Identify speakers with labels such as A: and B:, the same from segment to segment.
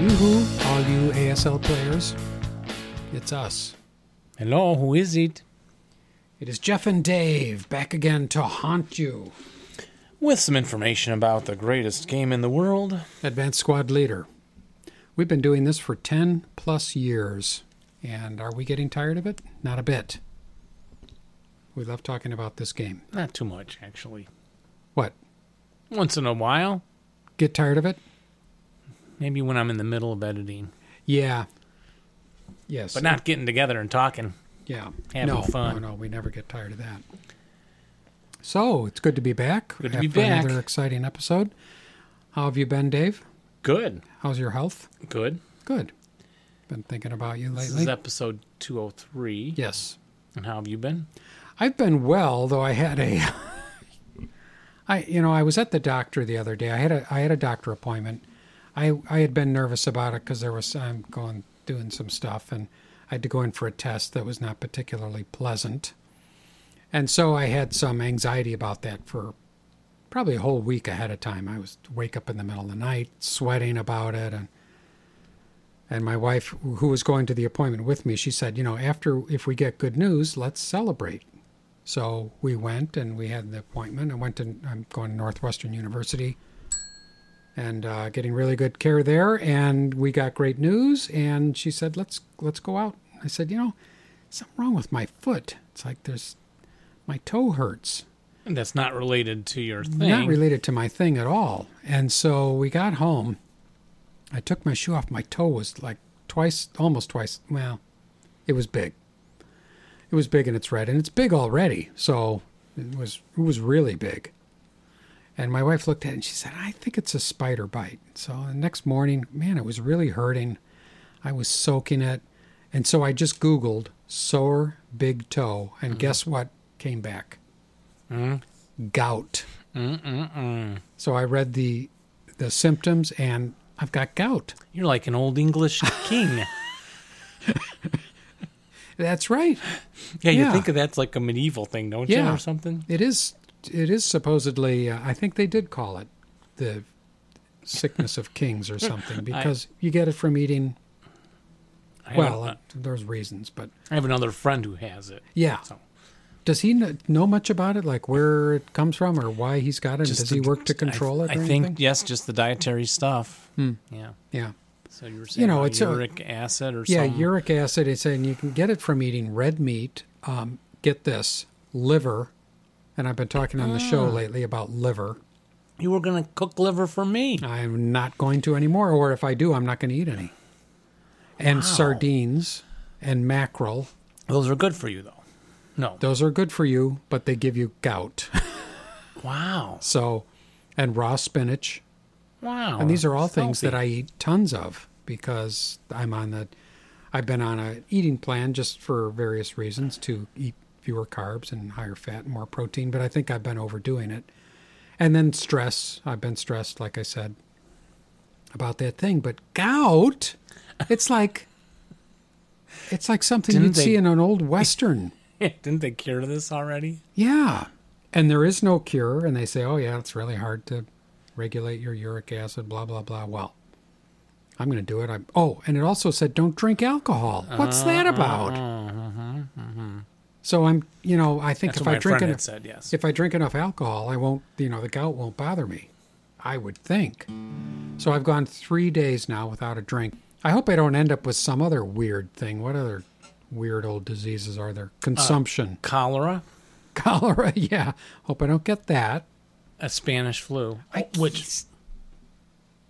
A: Yahoo, all you ASL players. It's us.
B: Hello, who is it?
A: It is Jeff and Dave back again to haunt you.
B: With some information about the greatest game in the world.
A: Advanced Squad Leader. We've been doing this for 10 plus years. And are we getting tired of it? Not a bit. We love talking about this game.
B: Not too much, actually.
A: What?
B: Once in a while,
A: Get tired of it?
B: maybe when I'm in the middle of editing,
A: Yeah. Yes.
B: but not getting together and talking.
A: Yeah.
B: having
A: no,
B: fun.
A: No, no, we never get tired of that. So it's good to be back.
B: Good to be
A: after
B: back.
A: Another exciting episode. How have you been, Dave?
B: Good.
A: How's your health?
B: Good.
A: Good. Been thinking about you
B: This
A: lately.
B: is episode 203.
A: yes.
B: And how have you been?
A: I've been well, though I had a I you know, I was at the doctor the other day. I had a I had a doctor appointment. I I had been nervous about it cuz there was I'm going doing some stuff and I had to go in for a test that was not particularly pleasant. And so I had some anxiety about that for probably a whole week ahead of time. I was wake up in the middle of the night sweating about it and and my wife who was going to the appointment with me, she said, "You know, after if we get good news, let's celebrate." So we went and we had the appointment. I went to I'm going to Northwestern University and uh, getting really good care there. And we got great news. And she said, "Let's let's go out." I said, "You know, something wrong with my foot. It's like there's my toe hurts.
B: And that's not related to your thing.
A: Not related to my thing at all." And so we got home. I took my shoe off. My toe was like twice, almost twice. Well, it was big. It was big and it's red, and it's big already. So it was it was really big. And my wife looked at it and she said, "I think it's a spider bite." So the next morning, man, it was really hurting. I was soaking it, and so I just Googled sore big toe, and guess what came back? Gout. So I read the the symptoms, and I've got gout.
B: You're like an old English king.
A: That's right.
B: yeah, you
A: Yeah.
B: think of that's like a medieval thing, don't you,
A: Yeah.
B: or something?
A: It is. It is supposedly. Uh, I think they did call it the sickness of kings or something because you get it from eating.
B: I have-
A: Well, uh, there's reasons, but
B: I have another friend who has it.
A: yeah.
B: So-
A: Does he kn- know much about it, like where it comes from or why he's got it? and Does
B: the-
A: he work to
B: I-
A: control it?
B: I
A: or
B: think
A: anything? Hmm.
B: yes, just the dietary stuff. Yeah.
A: Yeah.
B: So you were saying you
A: know,
B: know,
A: it's
B: it's
A: a-
B: uric acid or
A: Yeah,
B: some-
A: uric acid. It's and you can get it from eating red meat. Um, get this, liver, and I've been talking on the show lately about liver.
B: you were gonna cook liver for me.
A: I'm not going to anymore, or if I do, I'm not going to eat any. And sardines and mackerel,
B: Those are good for you though. No.
A: those are good for you, but they give you gout.
B: Wow.
A: So, and raw spinach.
B: Wow.
A: And these are all things that I eat tons of because I'm on the, I've been on a eating plan just for various reasons to eat fewer carbs and higher fat and more protein, but I think I've been overdoing it. And then stress. I've been stressed, like I said, about that thing. But gout, it's like, it's like something
B: Didn't
A: you'd
B: they-
A: see in an old Western.
B: didn't they cure this already?
A: Yeah. And there is no cure. And they say, oh, yeah, it's really hard to regulate your uric acid, blah, blah, blah. Well, I'm going to do it. I'm, oh, and it also said, don't drink alcohol. What's that
B: Uh-huh,
A: about? So I'm, you know, I think
B: That's
A: if
B: what
A: I
B: my
A: drink
B: friend had
A: enough,
B: said. Yes.
A: if I drink enough alcohol, I won't, you know, the gout won't bother me. I would think. So I've gone three days now without a drink. I hope I don't end up with some other weird thing. What other weird old diseases are there?
B: Uh,
A: Consumption
B: Cholera,
A: cholera. Yeah. Hope I don't get that.
B: a Spanish flu, which.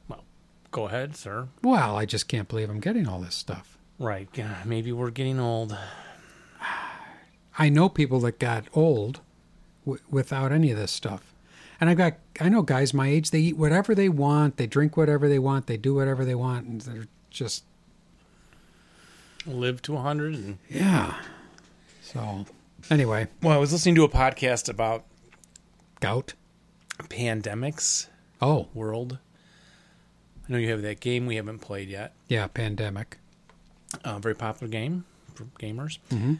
B: Well, go ahead, sir.
A: Well, I just can't believe I'm getting all this stuff.
B: Right. yeah, Maybe we're getting old.
A: I know people that got old w- without any of this stuff. And I've got, I know guys my age, they eat whatever they want, they drink whatever they want, they do whatever they want, and they're just,
B: Live to hundred and.
A: yeah. So, anyway,
B: Well, I was listening to a podcast about
A: gout.
B: pandemics
A: Oh,
B: world. I know you have that game we haven't played yet.
A: yeah, pandemic.
B: uh, very popular game for gamers.
A: Mm-hmm.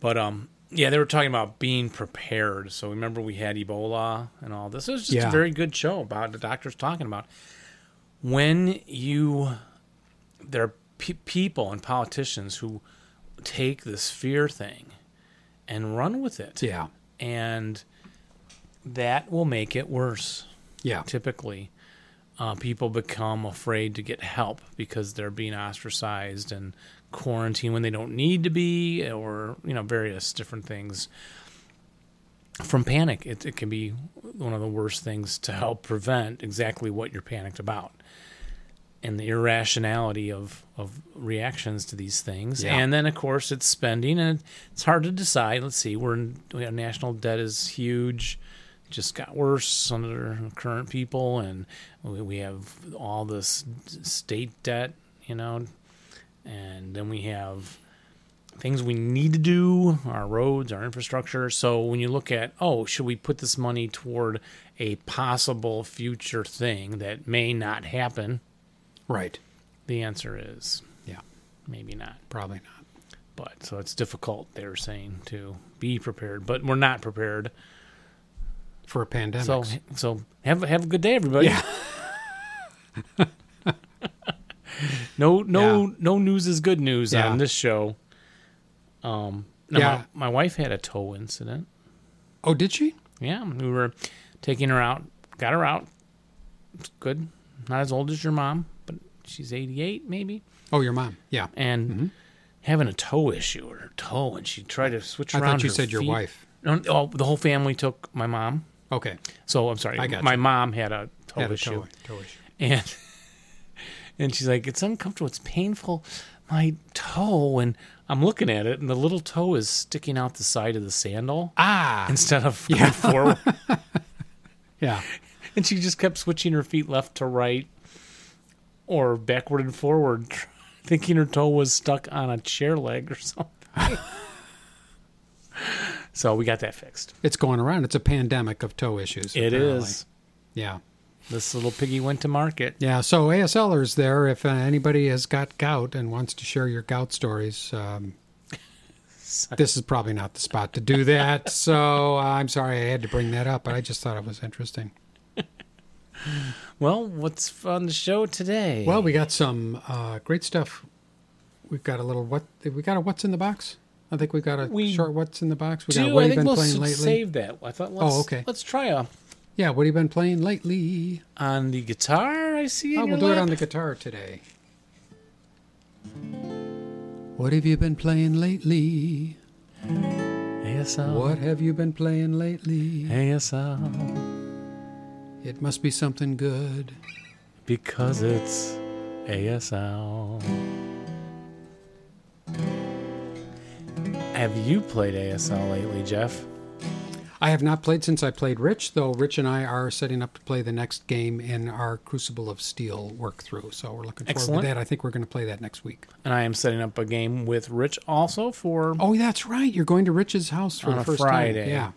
B: But um, yeah, they were talking about being prepared. So remember, we had Ebola and all this. It was just
A: Yeah.
B: a very good show about the doctors talking about when you there are pe- people and politicians who take this fear thing and run with it.
A: Yeah.
B: And that will make it worse.
A: Yeah.
B: Typically, uh, people become afraid to get help because they're being ostracized and quarantined when they don't need to be, or, you know, various different things. From panic, it, it can be one of the worst things to help prevent exactly what you're panicked about and the irrationality of, of reactions to these things.
A: Yeah.
B: And then, of course, it's spending, and it's hard to decide. Let's see, we're in, we have national debt is huge, just got worse under current people, and we, we have all this state debt, you know, and then we have things we need to do our roads our infrastructure so when you look at oh should we put this money toward a possible future thing that may not happen
A: Right.
B: the answer is
A: Yeah.
B: maybe not.
A: Probably not.
B: But so it's difficult, they were saying, to be prepared. But we're not prepared.
A: For a pandemic.
B: So so have have a good day, everybody.
A: Yeah.
B: no no
A: Yeah.
B: no news is good news
A: Yeah.
B: on this show. Um now
A: Yeah.
B: my, my wife had a toe incident.
A: oh, did she?
B: Yeah. We were taking her out, got her out. It's good. Not as old as your mom, but she's eighty eight maybe.
A: Oh, your mom. Yeah.
B: and
A: Mm-hmm.
B: having a toe issue or her toe, and she tried to switch
A: I
B: around.
A: thought you
B: her
A: said your
B: feet.
A: wife.
B: No, no, oh, the whole family took my mom.
A: Okay.
B: So I'm sorry,
A: I got
B: my
A: you.
B: mom had a toe
A: Had a
B: issue,
A: toe, toe issue.
B: and and she's like, it's uncomfortable, it's painful, my toe, and I'm looking at it, and the little toe is sticking out the side of the sandal
A: Ah.
B: instead of going forward,
A: Yeah.
B: and she just kept switching her feet left to right or backward and forward, thinking her toe was stuck on a chair leg or something. so we got that fixed.
A: It's going around. It's a pandemic of toe issues.
B: It is.
A: apparently. Yeah.
B: This little piggy went to market.
A: Yeah. So ASLers there, if uh, anybody has got gout and wants to share your gout stories, um, this is probably not the spot to do that. So uh, I'm sorry I had to bring that up, but I just thought it was interesting.
B: Well, what's on the show today?
A: Well, we got some uh, great stuff. We've got a little what we got a what's in the box. I think we've got a
B: We
A: short what's in the box. We
B: do.
A: got what
B: I
A: have you
B: think
A: been
B: we'll
A: playing
B: s-
A: lately? Oh,
B: save that. I thought. Let's,
A: okay.
B: Let's try a
A: Yeah, what have you been playing lately?
B: on the guitar. I see.
A: Oh,
B: in
A: we'll
B: your
A: do it on
B: lap.
A: the guitar today. What have you been playing lately?
B: ASL.
A: What have you been playing lately?
B: ASL.
A: It must be something good.
B: Because it's ASL. Have you played ASL lately, Jeff?
A: I have not played since I played Rich, though Rich and I are setting up to play the next game in our Crucible of Steel work through. So we're looking forward
B: Excellent.
A: to that. I think we're going to play that next week.
B: And I am setting up a game with Rich also for,
A: Oh, that's right. You're going to Rich's house for
B: On
A: the
B: a
A: first
B: Friday.
A: time.
B: Mm-hmm.
A: Yeah.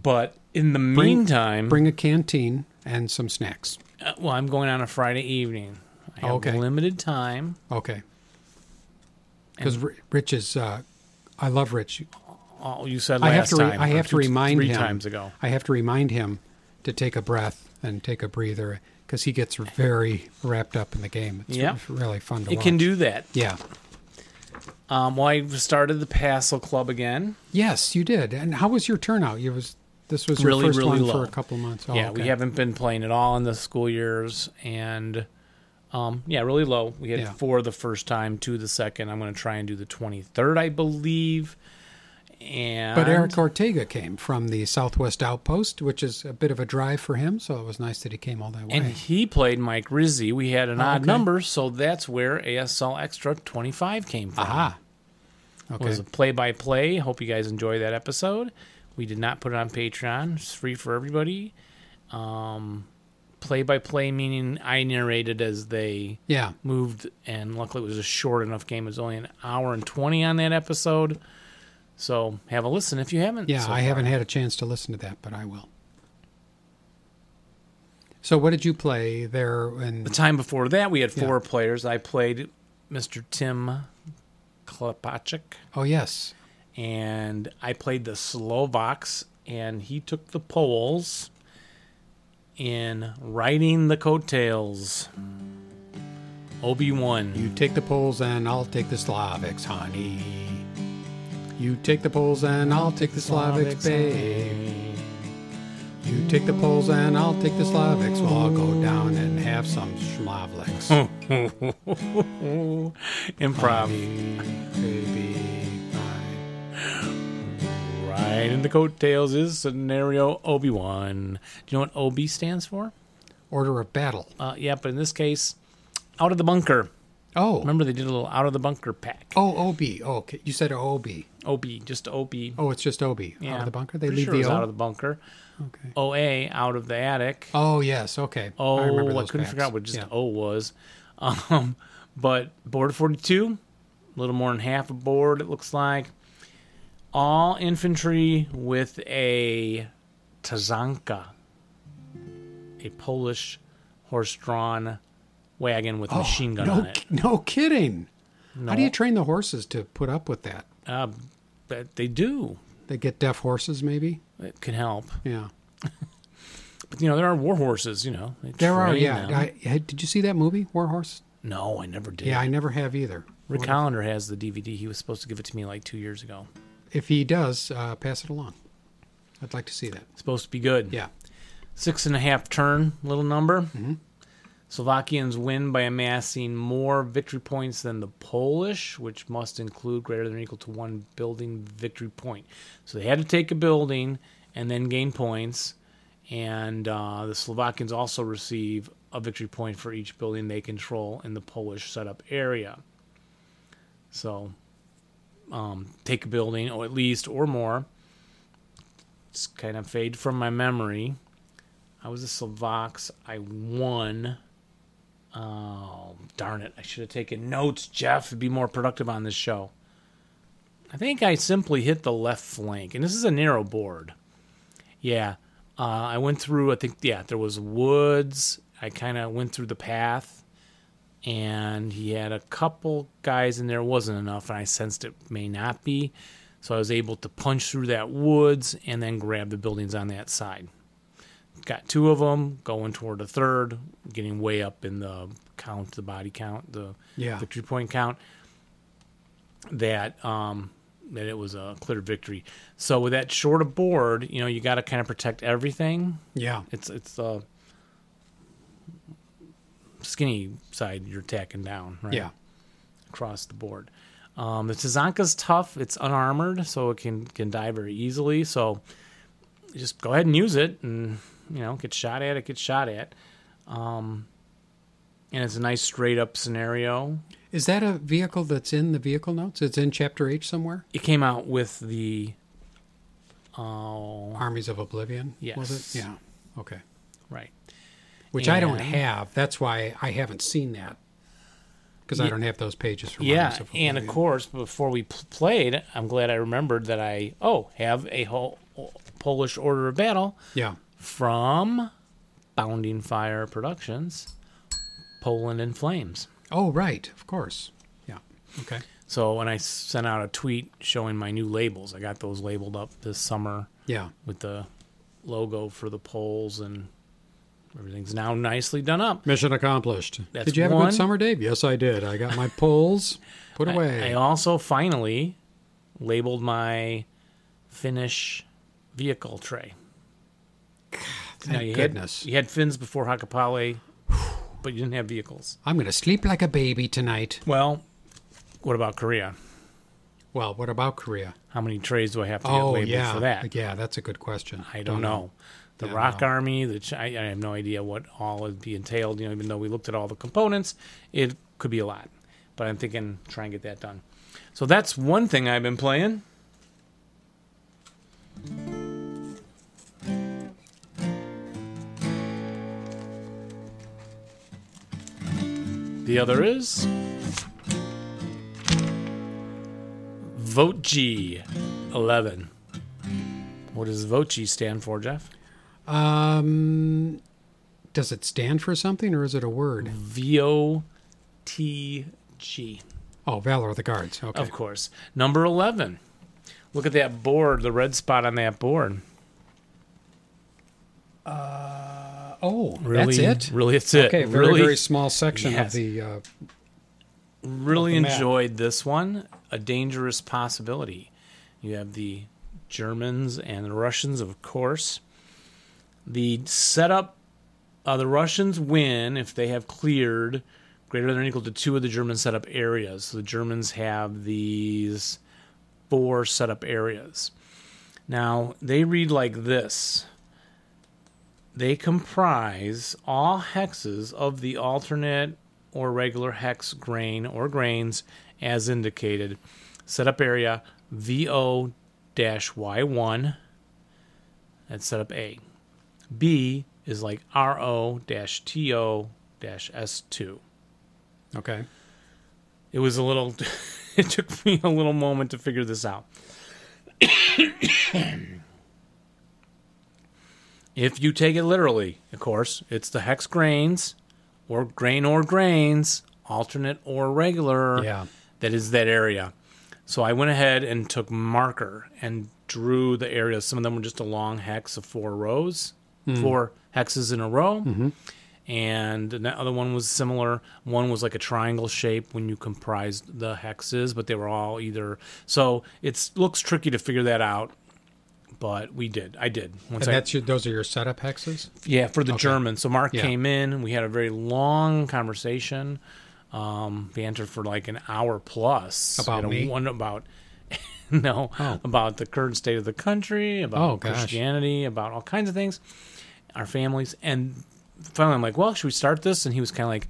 B: but in the meantime,
A: Bring a canteen and some snacks.
B: uh, well, I'm going on a Friday evening. I have
A: Okay.
B: limited time.
A: Okay. Because Rich is, uh, I love Rich.
B: Oh, you said last
A: I have to. Re-
B: time.
A: I
B: or
A: have to
B: two-
A: remind
B: three
A: him
B: times ago.
A: I have to remind him to take a breath and take a breather because he gets very wrapped up in the game. It's
B: Yeah.
A: re- really fun to
B: It
A: watch.
B: can do that.
A: yeah.
B: Um, well, I started the Passel Club again.
A: Yes, you did. And how was your turnout? You was this was your
B: Really,
A: first
B: really
A: one
B: low.
A: for a couple months. Oh,
B: yeah, we
A: okay.
B: haven't been playing at all in the school years, and um, yeah, really low. We had
A: Yeah.
B: four the first time, two the second. I'm going to try and do the 23rd, I believe. And
A: But Eric Ortega came from the Southwest Outpost, which is a bit of a drive for him. So it was nice that he came all that way.
B: and he played Mike Rizzi. We had an odd
A: Oh, okay.
B: number, so that's where ASL Extra 25 came from.
A: Aha.
B: It was
A: Okay.
B: a play by play. Hope you guys enjoy that episode. We did not put it on Patreon. It's free for everybody. Um play by play meaning I narrated as they
A: Yeah.
B: moved and luckily it was a short enough game. It was only an hour and twenty on that episode. So have a listen if you haven't.
A: Yeah.
B: so
A: I
B: far.
A: haven't had a chance to listen to that, but I will. So what did you play there? In,
B: The time before that we had four players. I played Mr. Tim Klepacik.
A: oh yes.
B: and I played the Slovaks, and he took the Poles in Riding the Coattails Obi Wan.
A: You take the polls and I'll take the Slavics, honey. You take the polls and I'll take the Slavics, babe. You take the polls and I'll take the Slavics. We'll all go down and have some
B: Oh.
A: schmavliks.
B: Improv.
A: Baby, bye.
B: Right in the coattails is scenario Obi Wan. Do you know what OB stands for?
A: Order of battle.
B: Uh, yeah, but in this case, out of the bunker.
A: Oh,
B: Remember they did a little out of the bunker pack.
A: oh, OB. Oh, okay. You said OB.
B: OB, just OB.
A: Oh, it's just OB.
B: Yeah.
A: Out of the bunker. They
B: Pretty
A: leave
B: sure
A: the
B: it was
A: O.
B: out of the bunker.
A: okay.
B: OA out of the attic.
A: Oh yes. Okay.
B: Oh, I,
A: those
B: couldn't figure
A: packs.
B: out what just
A: Yeah.
B: O was. Um, but board 42, a little more than half a board, it looks like. All infantry with a Tazanka, a Polish horse drawn wagon with a machine gun
A: Oh, no,
B: on it.
A: No kidding. How do you train the horses to put up with that?
B: Uh, but they do.
A: They get deaf horses, maybe.
B: It can help.
A: Yeah,
B: But, you know, there are war horses, you know. They
A: there are.
B: train
A: Yeah.
B: them.
A: I, hey, did you see that movie War Horse?
B: no, I never did.
A: Yeah, I never have either.
B: Rick Hollander has the DVD. He was supposed to give it to me like two years ago.
A: If he does, uh, pass it along. I'd like to see that.
B: supposed to be good.
A: Yeah.
B: Six and a half turn, little number. Slovakians win by amassing more victory points than the Polish, which must include greater than or equal to one building victory point. So they had to take a building and then gain points. And uh, the Slovakians also receive a victory point for each building they control in the Polish setup area. So um, take a building, or at least, or more. It's kind of fade from my memory. I was a Slovax. I won. Oh, darn it. I should have taken notes, Jeff. It'd be more productive on this show. I think I simply hit the left flank, and this is a narrow board. Yeah. Uh, I went through, I think, yeah, there was woods. I kind of went through the path, and he had a couple guys in there. It wasn't enough, and I sensed it may not be. So I was able to punch through that woods and then grab the buildings on that side got two of them going toward a third, getting way up in the count, the body count, the
A: Yeah.
B: victory point count. That um, that it was a clear victory. So with that short a board, you know, you got to kind of protect everything.
A: Yeah.
B: It's it's uh, the skinny side you're tacking down, right?
A: Yeah.
B: across the board. Um, the Tazanka's tough. It's unarmored, so it can can die very easily. So just go ahead and use it, and you know, get shot at it, get shot at. Um, and it's a nice straight up scenario.
A: Is that a vehicle that's in the vehicle notes? It's in Chapter H somewhere.
B: It came out with the oh
A: Armies of Oblivion.
B: Yes.
A: Was it? Yeah. Okay.
B: right.
A: Which I don't
B: And-
A: have. That's why I haven't seen that. Because I
B: Ye-
A: don't have those pages from
B: Yeah,
A: Armies of
B: and of
A: Oblivion.
B: course, before we pl- played, I'm glad I remembered that I oh have a whole Polish Order of Battle
A: Yeah.
B: from Bounding Fire Productions, Poland in Flames.
A: Oh, right. Of course. Yeah. Okay.
B: So when I sent out a tweet showing my new labels, I got those labeled up this summer
A: Yeah.
B: with the logo for the polls and everything's now nicely done up.
A: Mission accomplished.
B: That's
A: did you have a
B: one.
A: good summer, Dave? Yes, I did. I got my poles put away.
B: I also finally labeled my Finnish vehicle tray. Now,
A: Thank
B: you had-
A: goodness.
B: you had fins before Hakapale, but you didn't have vehicles.
A: I'm going to sleep like a baby tonight.
B: Well, what about Korea?
A: Well, what about Korea?
B: How many trays do I have to get
A: Oh,
B: labeled
A: yeah.
B: for that?
A: Yeah, that's a good question.
B: I don't know. The
A: Yeah,
B: Rock Army, the Chi- I I have no idea what all would be entailed. You know, even though we looked at all the components, it could be a lot. But I'm thinking try and get that done. So that's one thing I've been playing. The other is Vote G 11. What does VOCI stand for, Jeff?
A: Um, does it stand for something or is it a word?
B: V O T G,
A: Oh, Valor of the Guards. Okay.
B: of course. Number 11. Look at that board, the red spot on that board.
A: Oh,
B: Really,
A: that's it.
B: Really, it's it.
A: Okay, very
B: really,
A: very small section
B: Yes.
A: of the. Uh,
B: really
A: of the map.
B: enjoyed this one. A dangerous possibility. You have the Germans and the Russians, of course. The setup. Uh, the Russians win if they have cleared greater than or equal to two of the German setup areas. So the Germans have these four setup areas. Now, they read like this they comprise all hexes of the alternate or regular hex grain or grains as indicated. Setup area VO Y1. That's setup A. B is like RO TO S2
A: okay.
B: it was a little it took me a little moment to figure this out if you take it literally of course it's the hex grains or grain or grains alternate or regular
A: Yeah.
B: that is that area so i went ahead and took marker and drew the area some of them were just a long hex of four rows four hexes in a row and the other one was similar. One was like a triangle shape when you comprised the hexes, but they were all either. So it looks tricky to figure that out, but we did. I did. Once
A: And
B: I,
A: that's your, those are your setup hexes.
B: yeah, for the German. So Mark
A: Yeah.
B: came in. We had a very long conversation, um, banter for like an hour plus
A: About
B: Had a
A: me?
B: One about no, about the current state of the country, about
A: Oh, gosh.
B: Christianity, about all kinds of things, our families, and finally I'm like, well, should we start this? And he was kind of like,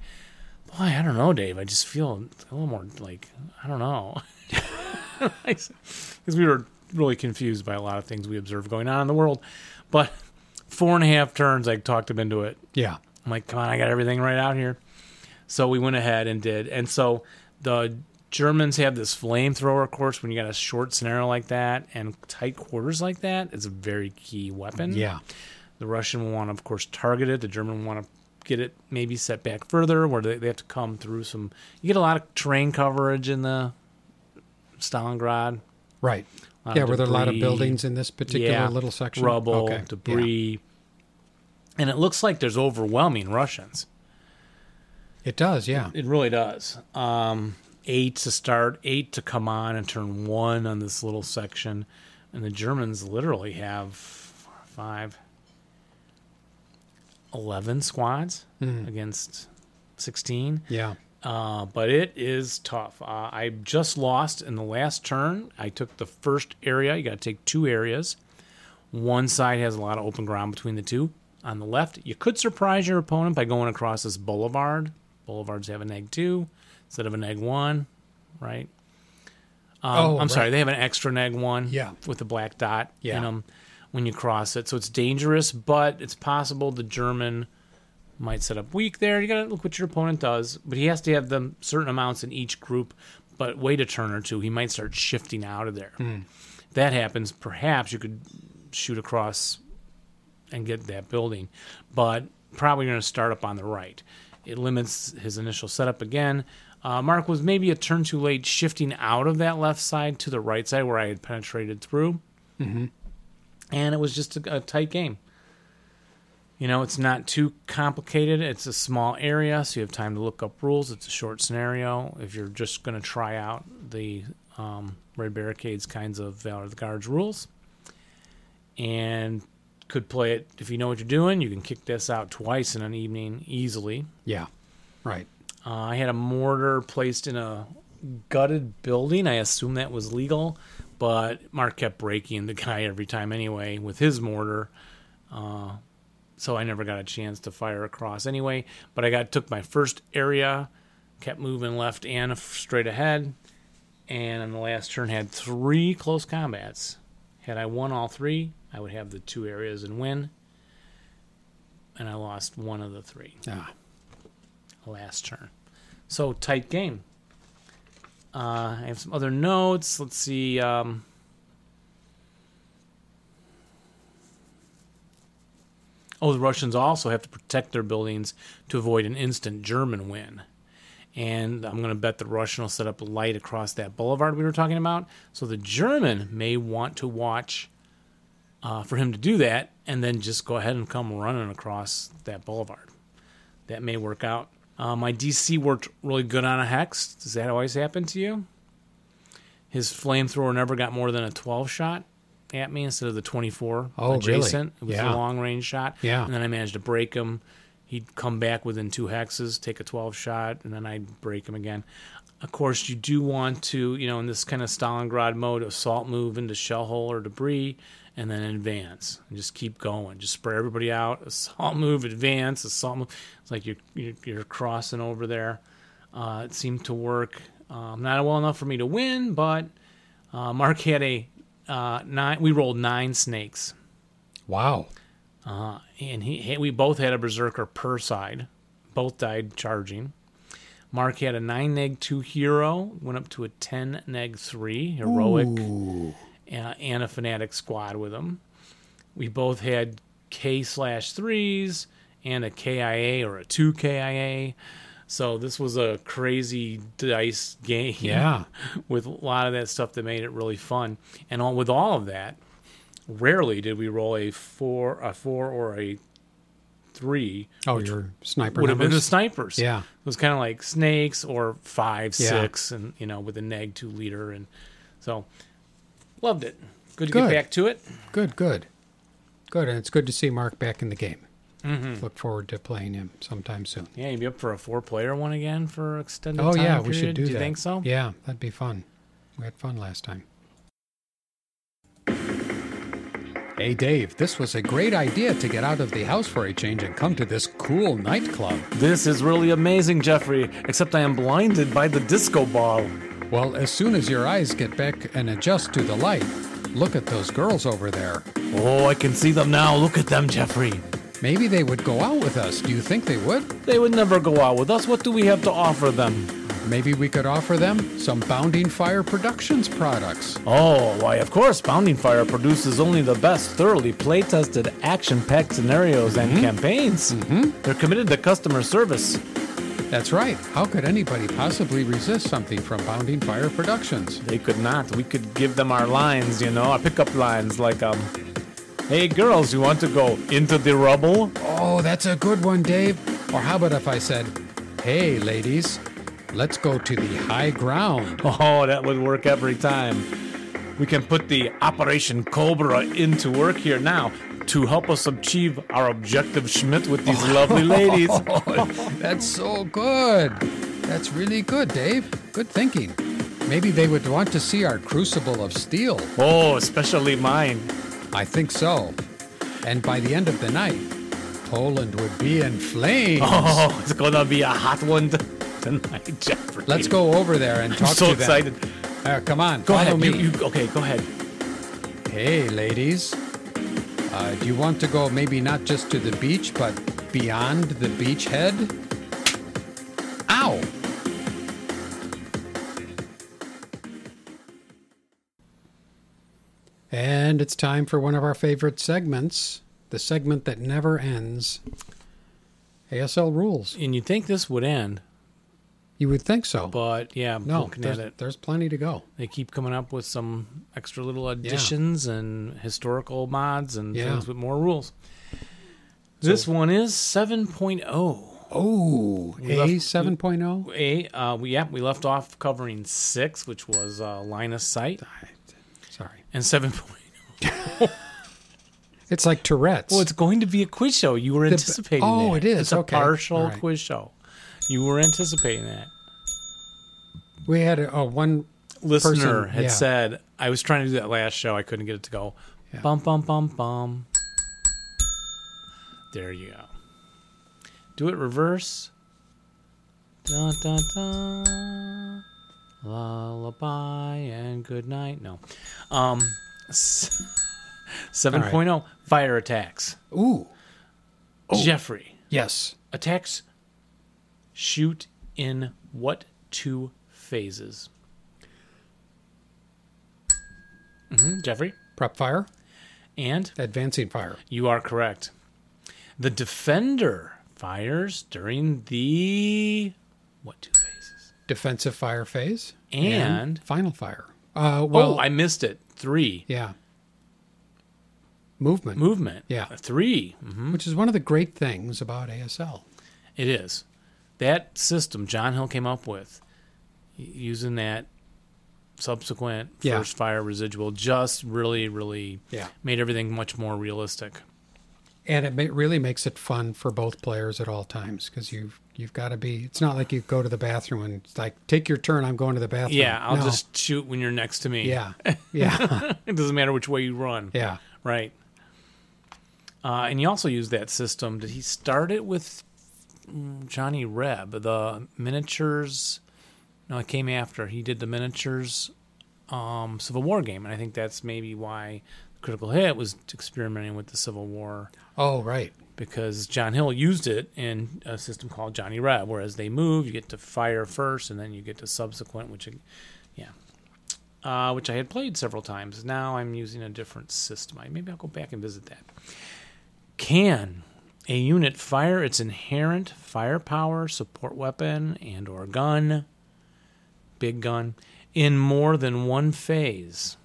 B: boy, I don't know, Dave. I just feel a little more like I don't know, because we were really confused by a lot of things we observed going on in the world, but four and a half turns, I talked him into it.
A: Yeah.
B: I'm like, come on, I got everything right out here. So we went ahead and did. And so the Germans have this flamethrower, of course, when you got a short scenario like that and tight quarters like that, it's a very key weapon.
A: Yeah.
B: The Russian want, of course, target it. The German want to get it maybe set back further where they, they have to come through some. You get a lot of terrain coverage in the Stalingrad.
A: Right.
B: a lot
A: Yeah.
B: of
A: Were there a lot of
B: debris
A: buildings in this particular little section?
B: rubble,
A: Okay. Yeah.
B: debris, and it looks like there's overwhelming Russians.
A: It does. Yeah.
B: It really does. Um, eight to start, eight to come on, and turn one on this little section, and the Germans literally have five, eleven squads against sixteen.
A: Yeah.
B: Uh, but it is tough. Uh, I just lost in the last turn. I took the first area. You got to take two areas. One side has a lot of open ground between the two. On the left, you could surprise your opponent by going across this boulevard. Boulevards have an egg two instead of an egg one, right? Um,
A: Oh,
B: I'm
A: right.
B: sorry, they have an extra neg one
A: Yeah.
B: with a black dot
A: Yeah.
B: in them when you cross it. So it's dangerous, but it's possible the German might set up weak there. You got to look what your opponent does, but he has to have them certain amounts in each group. But wait a turn or two, he might start shifting out of there. If that happens, perhaps you could shoot across and get that building, but probably going to start up on the right. It limits his initial setup again. Uh, Mark was maybe a turn too late shifting out of that left side to the right side where I had penetrated through. And it was just a, a tight game. You know, it's not too complicated. It's a small area, so you have time to look up rules. It's a short scenario. If you're just going to try out the um, Red Barricades kinds of Valor of the Guards rules, and could play it if you know what you're doing, you can kick this out twice in an evening easily.
A: Yeah. Right.
B: Uh, I had a mortar placed in a gutted building. I assume that was legal, but Mark kept breaking the guy every time anyway with his mortar. Uh, so I never got a chance to fire across anyway. But I got took my first area, kept moving left and f- straight ahead, and on the last turn had three close combats. Had I won all three, I would have the two areas and win. And I lost one of the three
A: Yeah.
B: last turn. So tight game. Uh, I have some other notes. Let's see. Um, oh, the Russians also have to protect their buildings to avoid an instant German win. And I'm going to bet the Russian will set up light across that boulevard we were talking about. So the German may want to watch uh, for him to do that and then just go ahead and come running across that boulevard. That may work out. Uh, my DC worked really good on a hex. Does that always happen to you? His flamethrower never got more than a 12 shot at me instead of the 24
A: Oh, really?
B: adjacent. It was
A: Yeah.
B: a long range shot.
A: Yeah.
B: And then I managed to break him. He'd come back within two hexes, take a 12 shot, and then I'd break him again. Of course, you do want to, you know, in this kind of Stalingrad mode, assault move into shell hole or debris, and then advance and just keep going. Just spray everybody out. Assault move, advance, assault move. It's like you're you're, you're crossing over there. Uh, it seemed to work. Um, not well enough for me to win, but uh, Mark had a uh, nine. We rolled nine snakes,
A: Wow.
B: uh, and he, he we both had a berserker per side. Both died charging. Mark had a nine neg two hero, went up to a ten neg three heroic, uh, and a fanatic squad with him. We both had K slash threes and a KIA or a two KIA. So this was a crazy dice game
A: Yeah.
B: with a lot of that stuff that made it really fun. And all with all of that, rarely did we roll a four, a four or a three.
A: Oh, your sniper
B: Would have been the
A: numbers.
B: snipers.
A: Yeah.
B: it was kind of like snakes or five,
A: Yeah.
B: six, and you know, with a neg two liter, and so loved it. Good to
A: Good.
B: get back to it.
A: Good, good, good, and it's good to see Mark back in the game. Look forward to playing him sometime soon.
B: Yeah, you'd be up for a four-player one again for extended.
A: oh
B: time
A: yeah, we should
B: period?
A: do,
B: you
A: that.
B: think so?
A: Yeah, that'd be fun. We had fun last time. Hey Dave, this was a great idea to get out of the house for a change and come to this cool nightclub.
B: This is really amazing, Jeffrey. Except I am blinded by the disco ball.
A: Well, as soon as your eyes get back and adjust to the light, look at those girls over there.
B: Oh, I can see them now. Look at them, Jeffrey.
A: Maybe they would go out with us. Do you think they would?
B: They would never go out with us. What do we have to offer them?
A: Maybe we could offer them some Bounding Fire Productions products.
B: Oh, why, of course, Bounding Fire produces only the best, thoroughly play tested, action packed scenarios and campaigns. Mm-hmm. They're committed to customer service.
A: That's right. How could anybody possibly resist something from Bounding Fire Productions?
B: They could not. We could give them our lines, you know, our pickup lines, like, um, hey, girls, you want to go into the rubble?
A: Oh, that's a good one, Dave. Or how about if I said, hey, ladies, let's go to the high ground?
B: Oh, that would work every time. We can put the Operation Cobra into work here now to help us achieve our objective, Schmidt, with these lovely ladies.
A: Oh, That's so good. That's really good, Dave. Good thinking. Maybe they would want to see our crucible of steel.
B: Oh, especially mine.
A: I think so. And by the end of the night, Poland would be in flames.
B: Oh, it's gonna be a hot one t- tonight, Jeffrey.
A: Let's go over there and
B: I'm
A: talk
B: so
A: to them.
B: excited.
A: Uh, come on,
B: Go
A: follow
B: ahead.
A: me.
B: You, you, okay, go ahead.
A: Hey, ladies. Uh, do you want to go maybe not just to the beach, but beyond the beachhead? Ow! And it's time for one of our favorite segments, the segment that never ends ASL rules.
B: And you think this would end,
A: You would think so.
B: but yeah, I'm
A: no,
B: looking at
A: there's,
B: it.
A: there's plenty to go.
B: They keep coming up with some extra little additions and historical mods and
A: Yeah.
B: things with more rules. This one is 7.0.
A: Oh,
B: We left-
A: A oh? 7.0?
B: A, uh, we, yeah, we left off covering six, which was uh, line of sight,
A: Sorry.
B: and 7.0.
A: It's like Tourette's.
B: Well, it's going to be a quiz show. You were
A: The-
B: anticipating.
A: oh,
B: that.
A: it is.
B: It's a
A: Okay. All
B: partial
A: right.
B: quiz show. You were anticipating that.
A: We had a, a one.
B: Listener
A: Person-
B: had
A: yeah.
B: said, "I was trying to do that last show. I couldn't get it to go." Bum bum bum bum. There you go. Do it reverse. Da da da. Lullaby and good night. No. Um. s- 7.0 fire attacks.
A: Ooh, Oh.
B: Jeffrey.
A: yes.
B: attacks shoot in what two phases? hmm Jeffrey,
A: Prep fire,
B: and
A: advancing fire.
B: you are correct. The defender fires during the what two phases?
A: Defensive fire phase.
B: And-
A: final fire. Uh, well,
B: oh, I missed it. Three.
A: yeah. movement,
B: movement.
A: Yeah.
B: A 3 Mm-hmm.
A: which is one of the great things about ASL.
B: It is. That system John Hill came up with y- using that subsequent
A: Yeah.
B: first fire residual just really, really
A: Yeah.
B: made everything much more realistic.
A: and it ma- really makes it fun for both players at all times because you've you've got to be. It's not like you go to the bathroom and it's like take your turn. I'm going to the bathroom.
B: Yeah, I'll
A: No.
B: just shoot when you're next to me.
A: yeah, yeah,
B: It doesn't matter which way you run.
A: yeah,
B: Right. Uh, and he also used that system. Did he start it with mm, Johnny Reb? The miniatures. No, it came after. He did the miniatures um, Civil War game. And I think that's maybe why Critical Hit was experimenting with the Civil War
A: Oh right,
B: because John Hill used it in a system called Johnny Reb, where as they move, you get to fire first, and then you get to subsequent, which, yeah, uh, which I had played several times. Now I'm using a different system. I, maybe I'll go back and visit that. Can a unit fire its inherent firepower, support weapon, and/or gun, big gun, in more than one phase?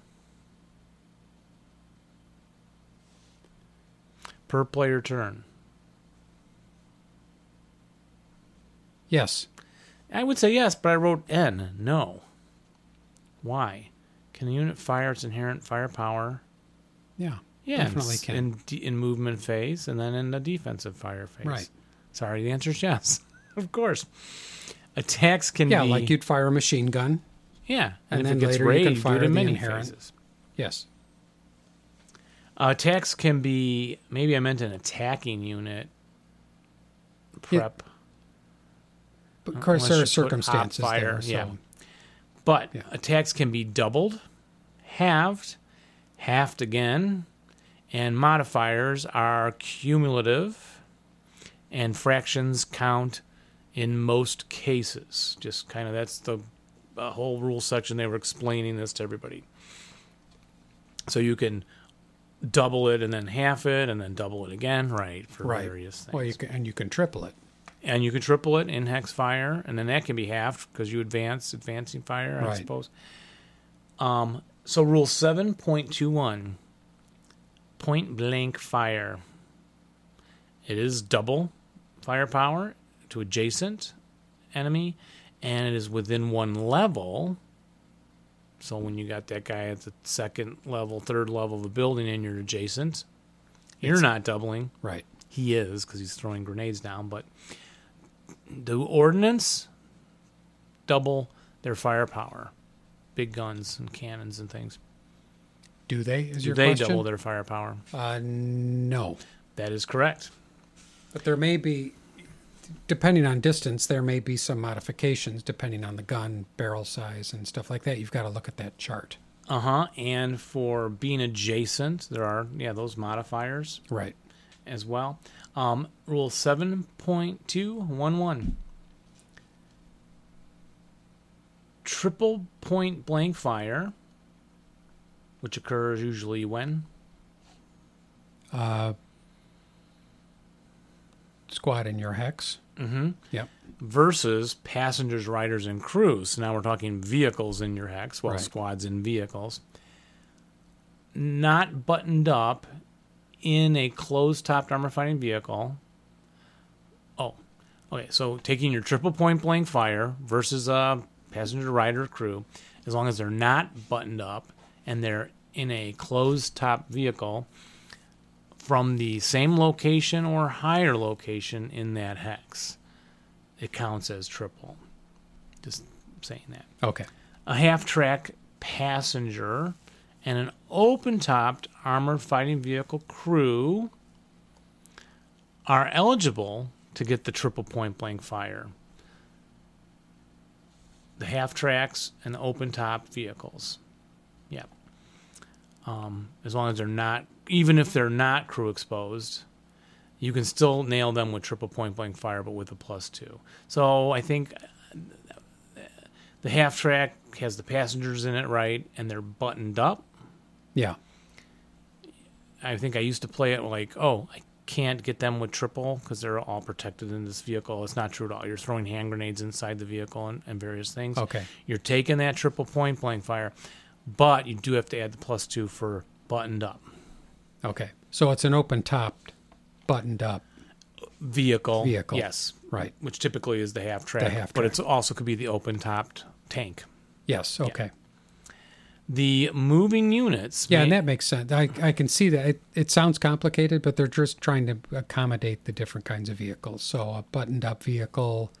B: Per player turn.
A: yes.
B: I would say yes, but I wrote N, no. Why? Can a unit fire its inherent firepower?
A: Yeah,
B: Yeah, in
A: Definitely
B: s-
A: can.
B: In, d- in movement phase and then in the defensive fire phase.
A: Right.
B: Sorry, the answer is yes. of course. Attacks can
A: yeah.
B: be.
A: Like you'd fire a mane gun.
B: Yeah,
A: and
B: and,
A: then
B: if it gets
A: later you
B: raid,
A: can
B: do it
A: fire
B: in
A: the
B: many
A: inherent.
B: phases.
A: Yes.
B: Uh, attacks can be. Maybe I meant an attacking unit prep.
A: But of course,
B: Uh, Unless
A: there
B: you
A: are
B: put
A: circumstances
B: hot fire,
A: there. So,
B: yeah. But
A: Yeah.
B: attacks can be doubled, halved, halved again, and modifiers are cumulative, and fractions count in most cases. Just kind of that's the uh, whole rule section. They were explaining this to everybody. So you can double it and then half it and then double it again, right? For
A: right.
B: various things
A: Well, you can, and you can triple it.
B: and you can triple it in hex fire, and then that can be halved because you advance advancing fire, I
A: Right.
B: suppose. Um, so rule seven point two one, point blank fire. It is double firepower to adjacent enemy, and it is within one level. So when you got that guy at the second level, third level of the building, and you're adjacent, you're not doubling
A: Right.
B: he is because he's throwing grenades down. But do ordnance double their firepower? Big guns and cannons and things.
A: Do they? Is
B: Do
A: your
B: they
A: question?
B: double their firepower?
A: uh, no.
B: That is correct.
A: But there may be, depending on distance, there may be some modifications depending on the gun, barrel size, and stuff like that. You've got to look at that chart.
B: Uh huh. And for being adjacent, there are yeah those modifiers
A: Right.
B: as well. Um, rule seven point two one one. Triple point blank fire, which occurs usually when
A: Uh, squad in your hex.
B: Mm-hmm.
A: Yep.
B: Versus passengers, riders, and crews. So now we're talking vehicles in your hex, well,
A: Right.
B: squads in vehicles. Not buttoned up in a closed topped armor fighting vehicle. Oh, okay. So taking your triple point blank fire versus a passenger, rider, crew, as long as they're not buttoned up and they're in a closed top vehicle from the same location or higher location in that hex it counts as triple. Just saying that.
A: Okay.
B: A half track passenger and an open topped armored fighting vehicle crew are eligible to get the triple point blank fire. The half tracks and the open top vehicles. Yep. Um, as long as they're not, even if they're not crew exposed, you can still nail them with triple point blank fire, but with a plus two. So I think uh, the half track has the passengers in it right, and they're buttoned up.
A: Yeah.
B: I think I used to play it like, oh, I can't get them with triple because they're all protected in this vehicle. It's not true at all. You're throwing hand grenades inside the vehicle and, and various things.
A: Okay.
B: You're taking that triple point blank fire, but you do have to add the plus two for buttoned up.
A: Okay. So it's an open topped, buttoned up.
B: Vehicle.
A: Vehicle.
B: Yes.
A: Right.
B: Which typically is the half track.
A: half
B: But
A: track.
B: it's also could be the open topped tank.
A: Yes. Okay.
B: The moving units.
A: Yeah, and
B: ma-
A: that makes sense. I, I can see that. It, it sounds complicated, but they're just trying to accommodate the different kinds of vehicles. So a buttoned up vehicle,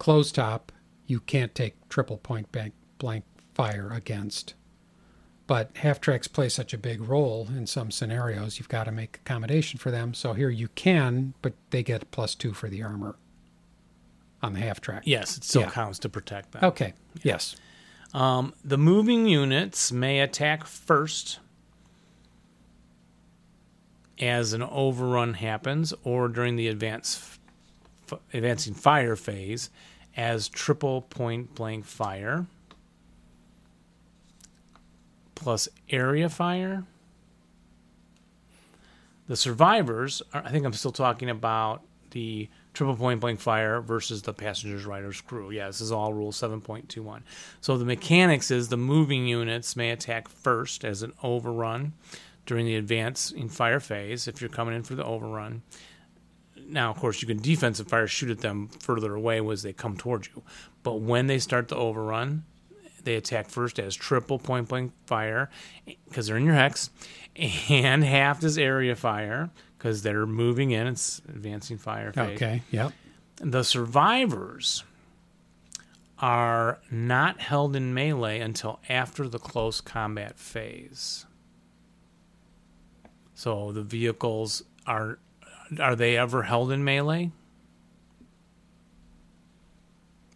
A: closed top, you can't take triple point bank blank fire against. But half tracks play such a big role in some scenarios, you've got to make accommodation for them. So here you can, but they get plus two for the armor on the half track.
B: Yes, it still
A: Yeah.
B: counts to protect them.
A: Okay. Yes.
B: Um, the moving units may attack first as an overrun happens or during the advance f- advancing fire phase as triple point blank fire plus area fire. The survivors are, I think I'm still talking about the triple point blank fire versus the passengers, riders, crew. Yeah, this is all rule 7.21. So the mechanics is the moving units may attack first as an overrun during the advance in fire phase if you're coming in for the overrun. Now, of course, you can defensive fire shoot at them further away as they come towards you. But when they start the overrun, they attack first as triple point blank fire because they're in your hex, and half is area fire because they're moving in. It's advancing fire phase.
A: Okay. Yep.
B: The survivors are not held in melee until after the close combat phase. So the vehicles are are they ever held in melee?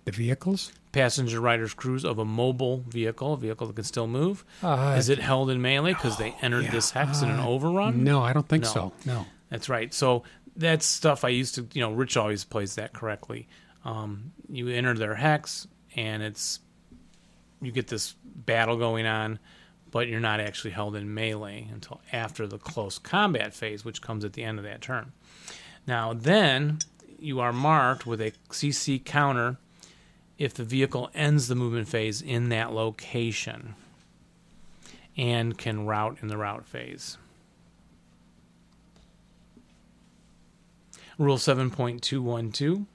A: The vehicles?
B: Passenger riders crews of a mobile vehicle, a vehicle that can still move.
A: Uh,
B: Is it held in melee because they entered this hex in an overrun?
A: No, I don't think
B: No.
A: so. No.
B: That's right. So that's stuff I used to, you know, Rich always plays that correctly. Um, you enter their hex and it's, you get this battle going on, but you're not actually held in melee until after the close combat phase, which comes at the end of that turn. Now, then you are marked with a CC counter if the vehicle ends the movement phase in that location and can route in the route phase. Rule 7.212.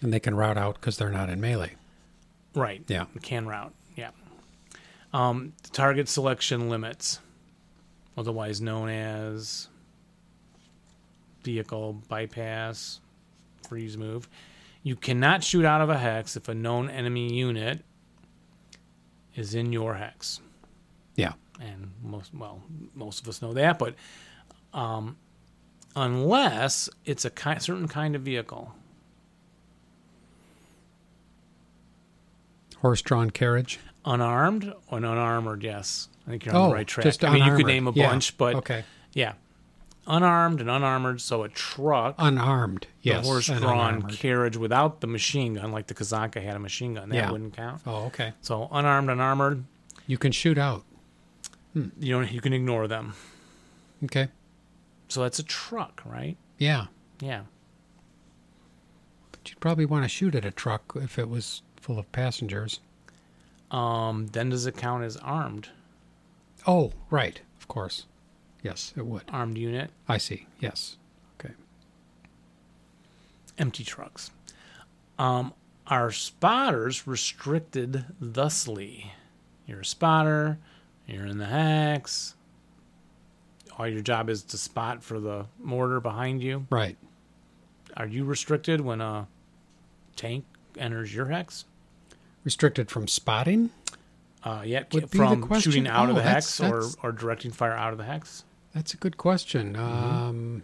A: And they can route out because they're not in melee.
B: Right.
A: Yeah.
B: Can route. Yeah. Um, the target selection limits, otherwise known as vehicle bypass, freeze move. You cannot shoot out of a hex if a known enemy unit is in your hex.
A: Yeah.
B: and most well most of us know that but um, unless it's a ki- certain kind of vehicle
A: Horse drawn carriage. Oh,
B: unarmed or unarmed yes i think you're on the right track
A: Just
B: i mean you could
A: unarmored.
B: name a
A: Yeah.
B: bunch but
A: Okay.
B: yeah unarmed and unarmored so a truck
A: Unarmed. Yes.
B: a
A: and
B: horse-drawn
A: unarmored.
B: carriage without the machine gun like the kazaka had a machine gun that
A: Yeah.
B: wouldn't count
A: Oh, okay.
B: so unarmed unarmored
A: You can shoot out.
B: you know you can ignore them
A: Okay.
B: so that's a truck right
A: Yeah.
B: yeah
A: But you'd probably want to shoot at a truck if it was full of passengers.
B: um then does it count as armed
A: Oh, right. Of course. Yes, it would.
B: armed unit
A: I see. Yes. Okay.
B: empty trucks. Um, are spotters restricted thusly? You're a spotter, you're in the hex. All your job is to spot for the mortar behind you.
A: Right.
B: Are you restricted when a tank enters your hex?
A: Restricted from spotting?
B: Uh, yet
A: Would be the
B: from
A: question.
B: shooting out of
A: Oh,
B: the
A: that's-
B: hex or,
A: that's-
B: or directing fire out of the hex?
A: That's a good question.
B: Mm-hmm.
A: Um,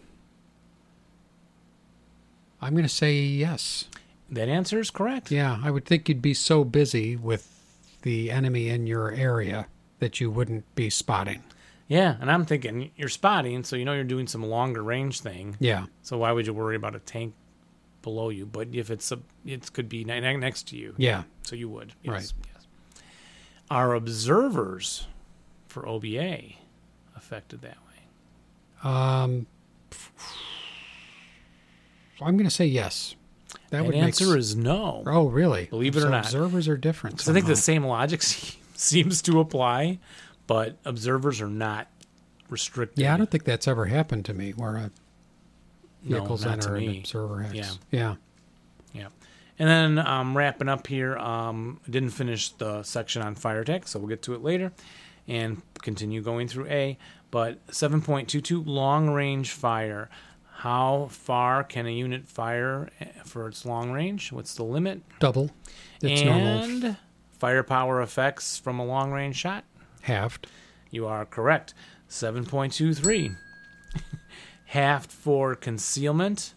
A: I'm going to say yes.
B: That answer is correct.
A: Yeah, I would think you'd be so busy with the enemy in your area that you wouldn't be spotting.
B: yeah, and I'm thinking you're spotting, so you know you're doing some longer range thing.
A: Yeah,
B: So why would you worry about a tank below you? But if it's a, it could be ne- ne- next to you.
A: yeah.
B: So you would.
A: Right.
B: Yes. Are observers for OBA affected that way?
A: Um, I'm going to say yes. That
B: That
A: would
B: answer
A: make, s-
B: is no.
A: Oh, really?
B: Believe it or
A: So
B: not.
A: observers are different.
B: 'Cause I think
A: somehow.
B: the same logic seems to apply, but observers are not restricted.
A: Yeah, I don't think that's ever happened to me where a
B: No,
A: vehicle
B: not to
A: center and
B: me.
A: observer X.
B: Yeah.
A: yeah.
B: Yeah. And then um, wrapping up here, um, I didn't finish the section on fire tech, so we'll get to it later and continue going through A. But 7.22 long range fire. How far can a unit fire eh, for its long range? What's the limit?
A: Double. It's normal.
B: and firepower effects from a long range shot?
A: Halved.
B: You are correct. 7.23. Halved for concealment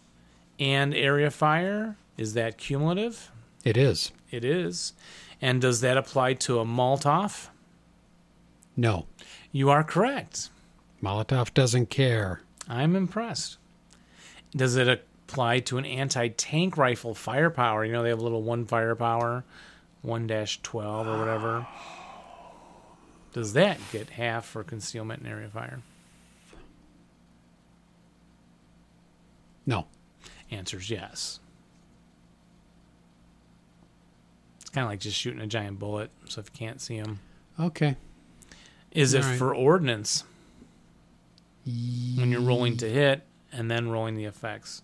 B: and area fire. Is that cumulative?
A: It is.
B: It is. And does that apply to a Molotov?
A: No.
B: You are correct.
A: Molotov doesn't care.
B: I'm impressed. Does it apply to an anti tank rifle firepower? You know, they have a little one firepower, 1 12 or whatever. Does that get half for concealment and area fire?
A: No.
B: Answer's yes. It's kind of like just shooting a giant bullet, so if you can't see them.
A: Okay.
B: Is it
A: Alright.
B: for ordnance? When you're rolling to hit and then rolling the effects,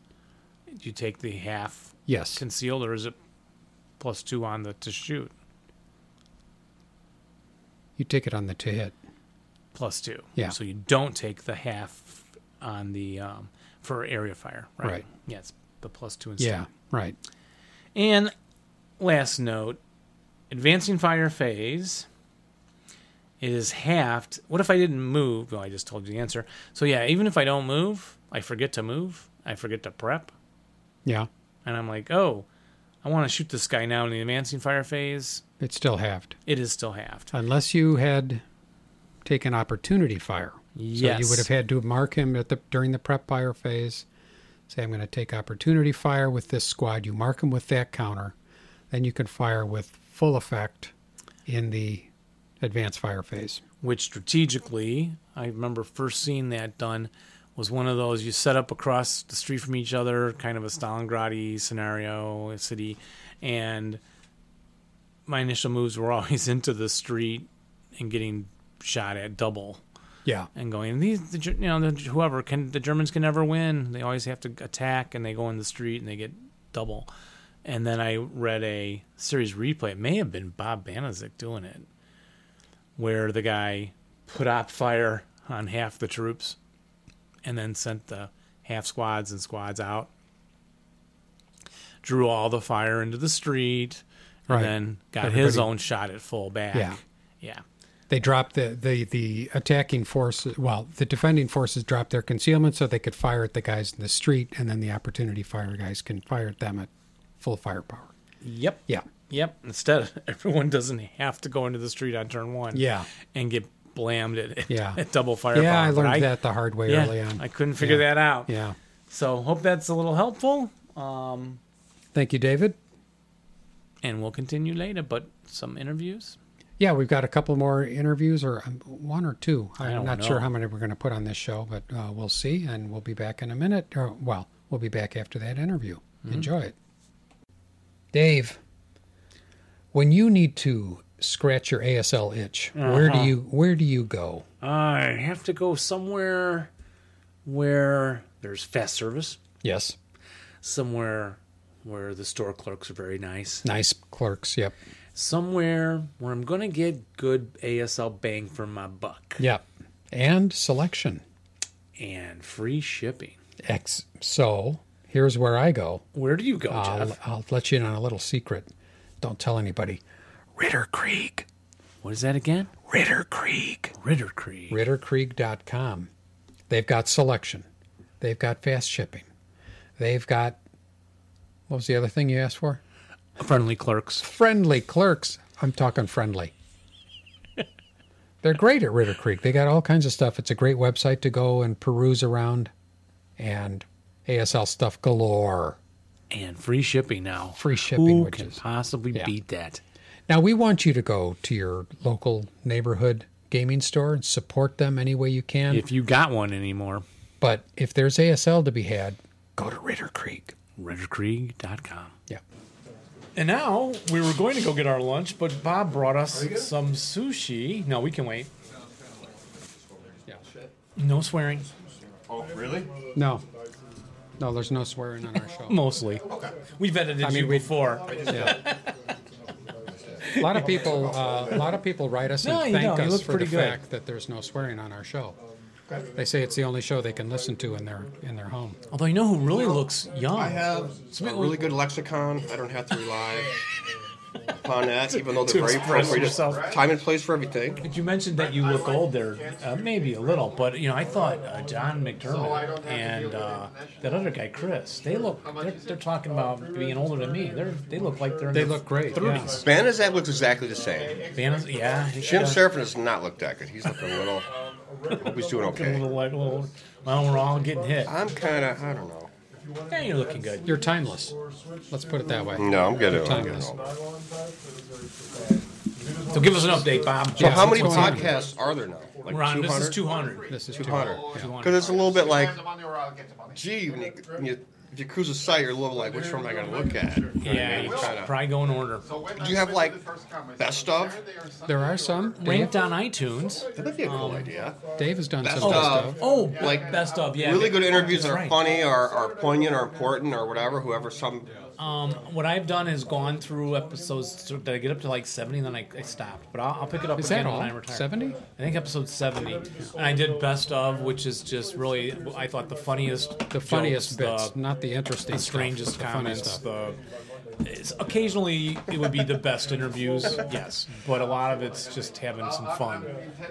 B: do you take the half
A: Yes.
B: concealed or is it plus two on the to shoot?
A: You take it on the to hit.
B: Plus two.
A: Yeah.
B: So you don't take the half on the um, for area fire, right?
A: Right.
B: Yeah, it's the plus two instead.
A: Yeah. Right.
B: And last note advancing fire phase is halved. What if I didn't move? Well, I just told you the answer. So, yeah, even if I don't move, I forget to move, I forget to prep,
A: Yeah.
B: and I'm like, oh, I want to shoot this guy now in the advancing fire phase.
A: It's still halved.
B: It is still halved.
A: Unless you had taken opportunity fire.
B: yes.
A: So you would have had to mark him at the during the prep fire phase. Say, I'm going to take opportunity fire with this squad. You mark him with that counter, then you can fire with full effect in the advanced fire phase.
B: which strategically I remember first seeing that done was one of those you set up across the street from each other, kind of a Stalingrad scenario, a city, and my initial moves were always into the street and getting shot at double
A: Yeah,
B: and going these the, Ger- you know the, whoever can the Germans can never win. They always have to attack and they go in the street and they get double. And then I read a series replay. It may have been Bob Banazik doing it, where the guy put op fire on half the troops, and then sent the half squads and squads out. Drew all the fire into the street,
A: Right.
B: and then got his
A: Everybody-
B: own shot at full back.
A: Yeah.
B: yeah.
A: they dropped the the the attacking forces. Well, the defending forces dropped their concealment so they could fire at the guys in the street, and then the opportunity fire guys can fire at them at full firepower.
B: Yep.
A: Yeah,
B: Yep. Instead, everyone doesn't have to go into the street on turn one.
A: Yeah.
B: And get blammed at,
A: Yeah.
B: at double firepower.
A: yeah. I
B: But
A: learned that the hard way
B: yeah,
A: early on.
B: I couldn't figure
A: Yeah.
B: that out.
A: yeah.
B: So hope that's a little helpful. Um,
A: Thank you, David.
B: and we'll continue later. But some interviews.
A: Yeah, we've got a couple more interviews, or um, one or two. I'm
B: don't
A: not
B: know.
A: sure how many we're going to put on this show, but uh, we'll see, and we'll be back in a minute. Or, well, we'll be back after that interview.
B: Mm-hmm.
A: Enjoy it, Dave. When you need to scratch your ASL itch, where
B: Uh-huh.
A: do you where do you go?
B: I have to go somewhere where there's fast service.
A: Yes,
B: Somewhere where the store clerks are very nice.
A: nice clerks. Yep,
B: Somewhere where I'm gonna get good ASL bang for my buck
A: yep, and selection.
B: and free shipping.
A: X. So here's where I go.
B: Where do you go,
A: I'll,
B: Jeff?
A: I'll let you in on a little secret. Don't tell anybody. Ritter Creek.
B: What is that again?
A: Ritter Creek.
B: Ritter Creek.
A: RitterCreek.com. They've got selection. They've got fast shipping. They've got what was the other thing you asked for?
B: Friendly clerks.
A: Friendly clerks. I'm talking friendly. They're great at Ritter Creek. They got all kinds of stuff. It's a great website to go and peruse around and ASL stuff galore.
B: And free shipping now.
A: Free shipping,
B: Who
A: which
B: can
A: is-
B: possibly
A: yeah.
B: beat that?
A: Now, we want you to go to your local neighborhood gaming store and support them any way you can.
B: If you got one anymore,
A: but if there's ASL to be had, go to Ritter Creek.
B: RitterCreek.com.
A: Yeah.
B: And now we were going to go get our lunch, but Bob brought us some sushi. No, we can wait.
A: Yeah.
B: No swearing,
C: Oh, really?
A: No. No, there's no swearing on our show.
B: mostly.
C: Okay.
B: We've edited
A: I mean,
B: you
A: we-
B: before.
A: Yeah. A lot of people, uh, a lot of people write us
B: No, you
A: and thank
B: don't. You
A: us
B: look
A: for the
B: pretty good.
A: fact that there's no swearing on our show.
C: Okay.
A: They say it's the only show they can listen to in their in their home.
B: Although you know who really looks young?
C: I have a really good lexicon. I don't have to rely upon that, even though
B: To
C: they're very
B: express
C: appropriate. Just
B: yourself.
C: time and place for everything.
B: But you mentioned that you look old there, uh, maybe a little, but you know, I thought uh, John McDermott and uh, that other guy Chris, they look, they're, they're talking about being older than me. They're, they look like they're in
A: They
B: their
A: look great,
B: 30s.
C: Banizak looks exactly the same.
B: Vanna's- yeah, he
C: Jim
B: does.
C: Seraphin does not look that good. He's looking Um, a little. Hope he's doing
B: Looking a
C: okay.
B: little like, well, well, we're all getting hit.
C: I'm kind of. I don't know.
B: Yeah, you're looking good.
A: You're timeless. Let's put it that way.
C: No, I'm getting. I'm getting
A: Timeless.
C: old.
B: So give us an update, Bob.
C: So
A: Yeah,
C: how many
A: what's going on?
C: podcasts are there now? Like
B: We're on. This is
C: 200?
B: 200.
A: This is too
C: 200.
A: Yeah.
C: Because it's a little bit like,
D: the money or I'll get the money.
C: gee, when you, when you, if you cruise a site, you're a little like, which one am I going to look at? You know what I
B: Yeah,
C: mean?
B: you
C: Kinda-
B: probably go in order.
D: So when
C: Do
D: I
C: you have,
D: submitted
C: like,
D: the first comment,
C: best
D: there
C: of?
D: they are some-
A: There are some. Dave,
B: Ranked on iTunes.
C: That might be a cool idea.
A: Dave has done some
C: Best
A: good
C: of.
A: stuff.
B: Oh,
C: Like,
B: like best of, yeah.
C: Really good interviews that
B: That's
C: are
B: right.
C: funny, or, or poignant, or important, or whatever. Whoever some
B: Um, what I've done is gone through episodes to- that I get up to like 70, and then I, I stopped. But I'll, I'll pick it up
A: Is
B: again
A: that all?
B: when I retire.
A: 70?
B: I think episode 70. And I did best of, which is just really, I thought the funniest.
A: The funniest
B: jokes,
A: bits,
B: the-
A: not the interesting
B: the
A: stuff,
B: strangest
A: the funny
B: comments.
A: stuff.
B: The, it's, occasionally, it would be the best interviews, yes, but a lot of it's just having some fun.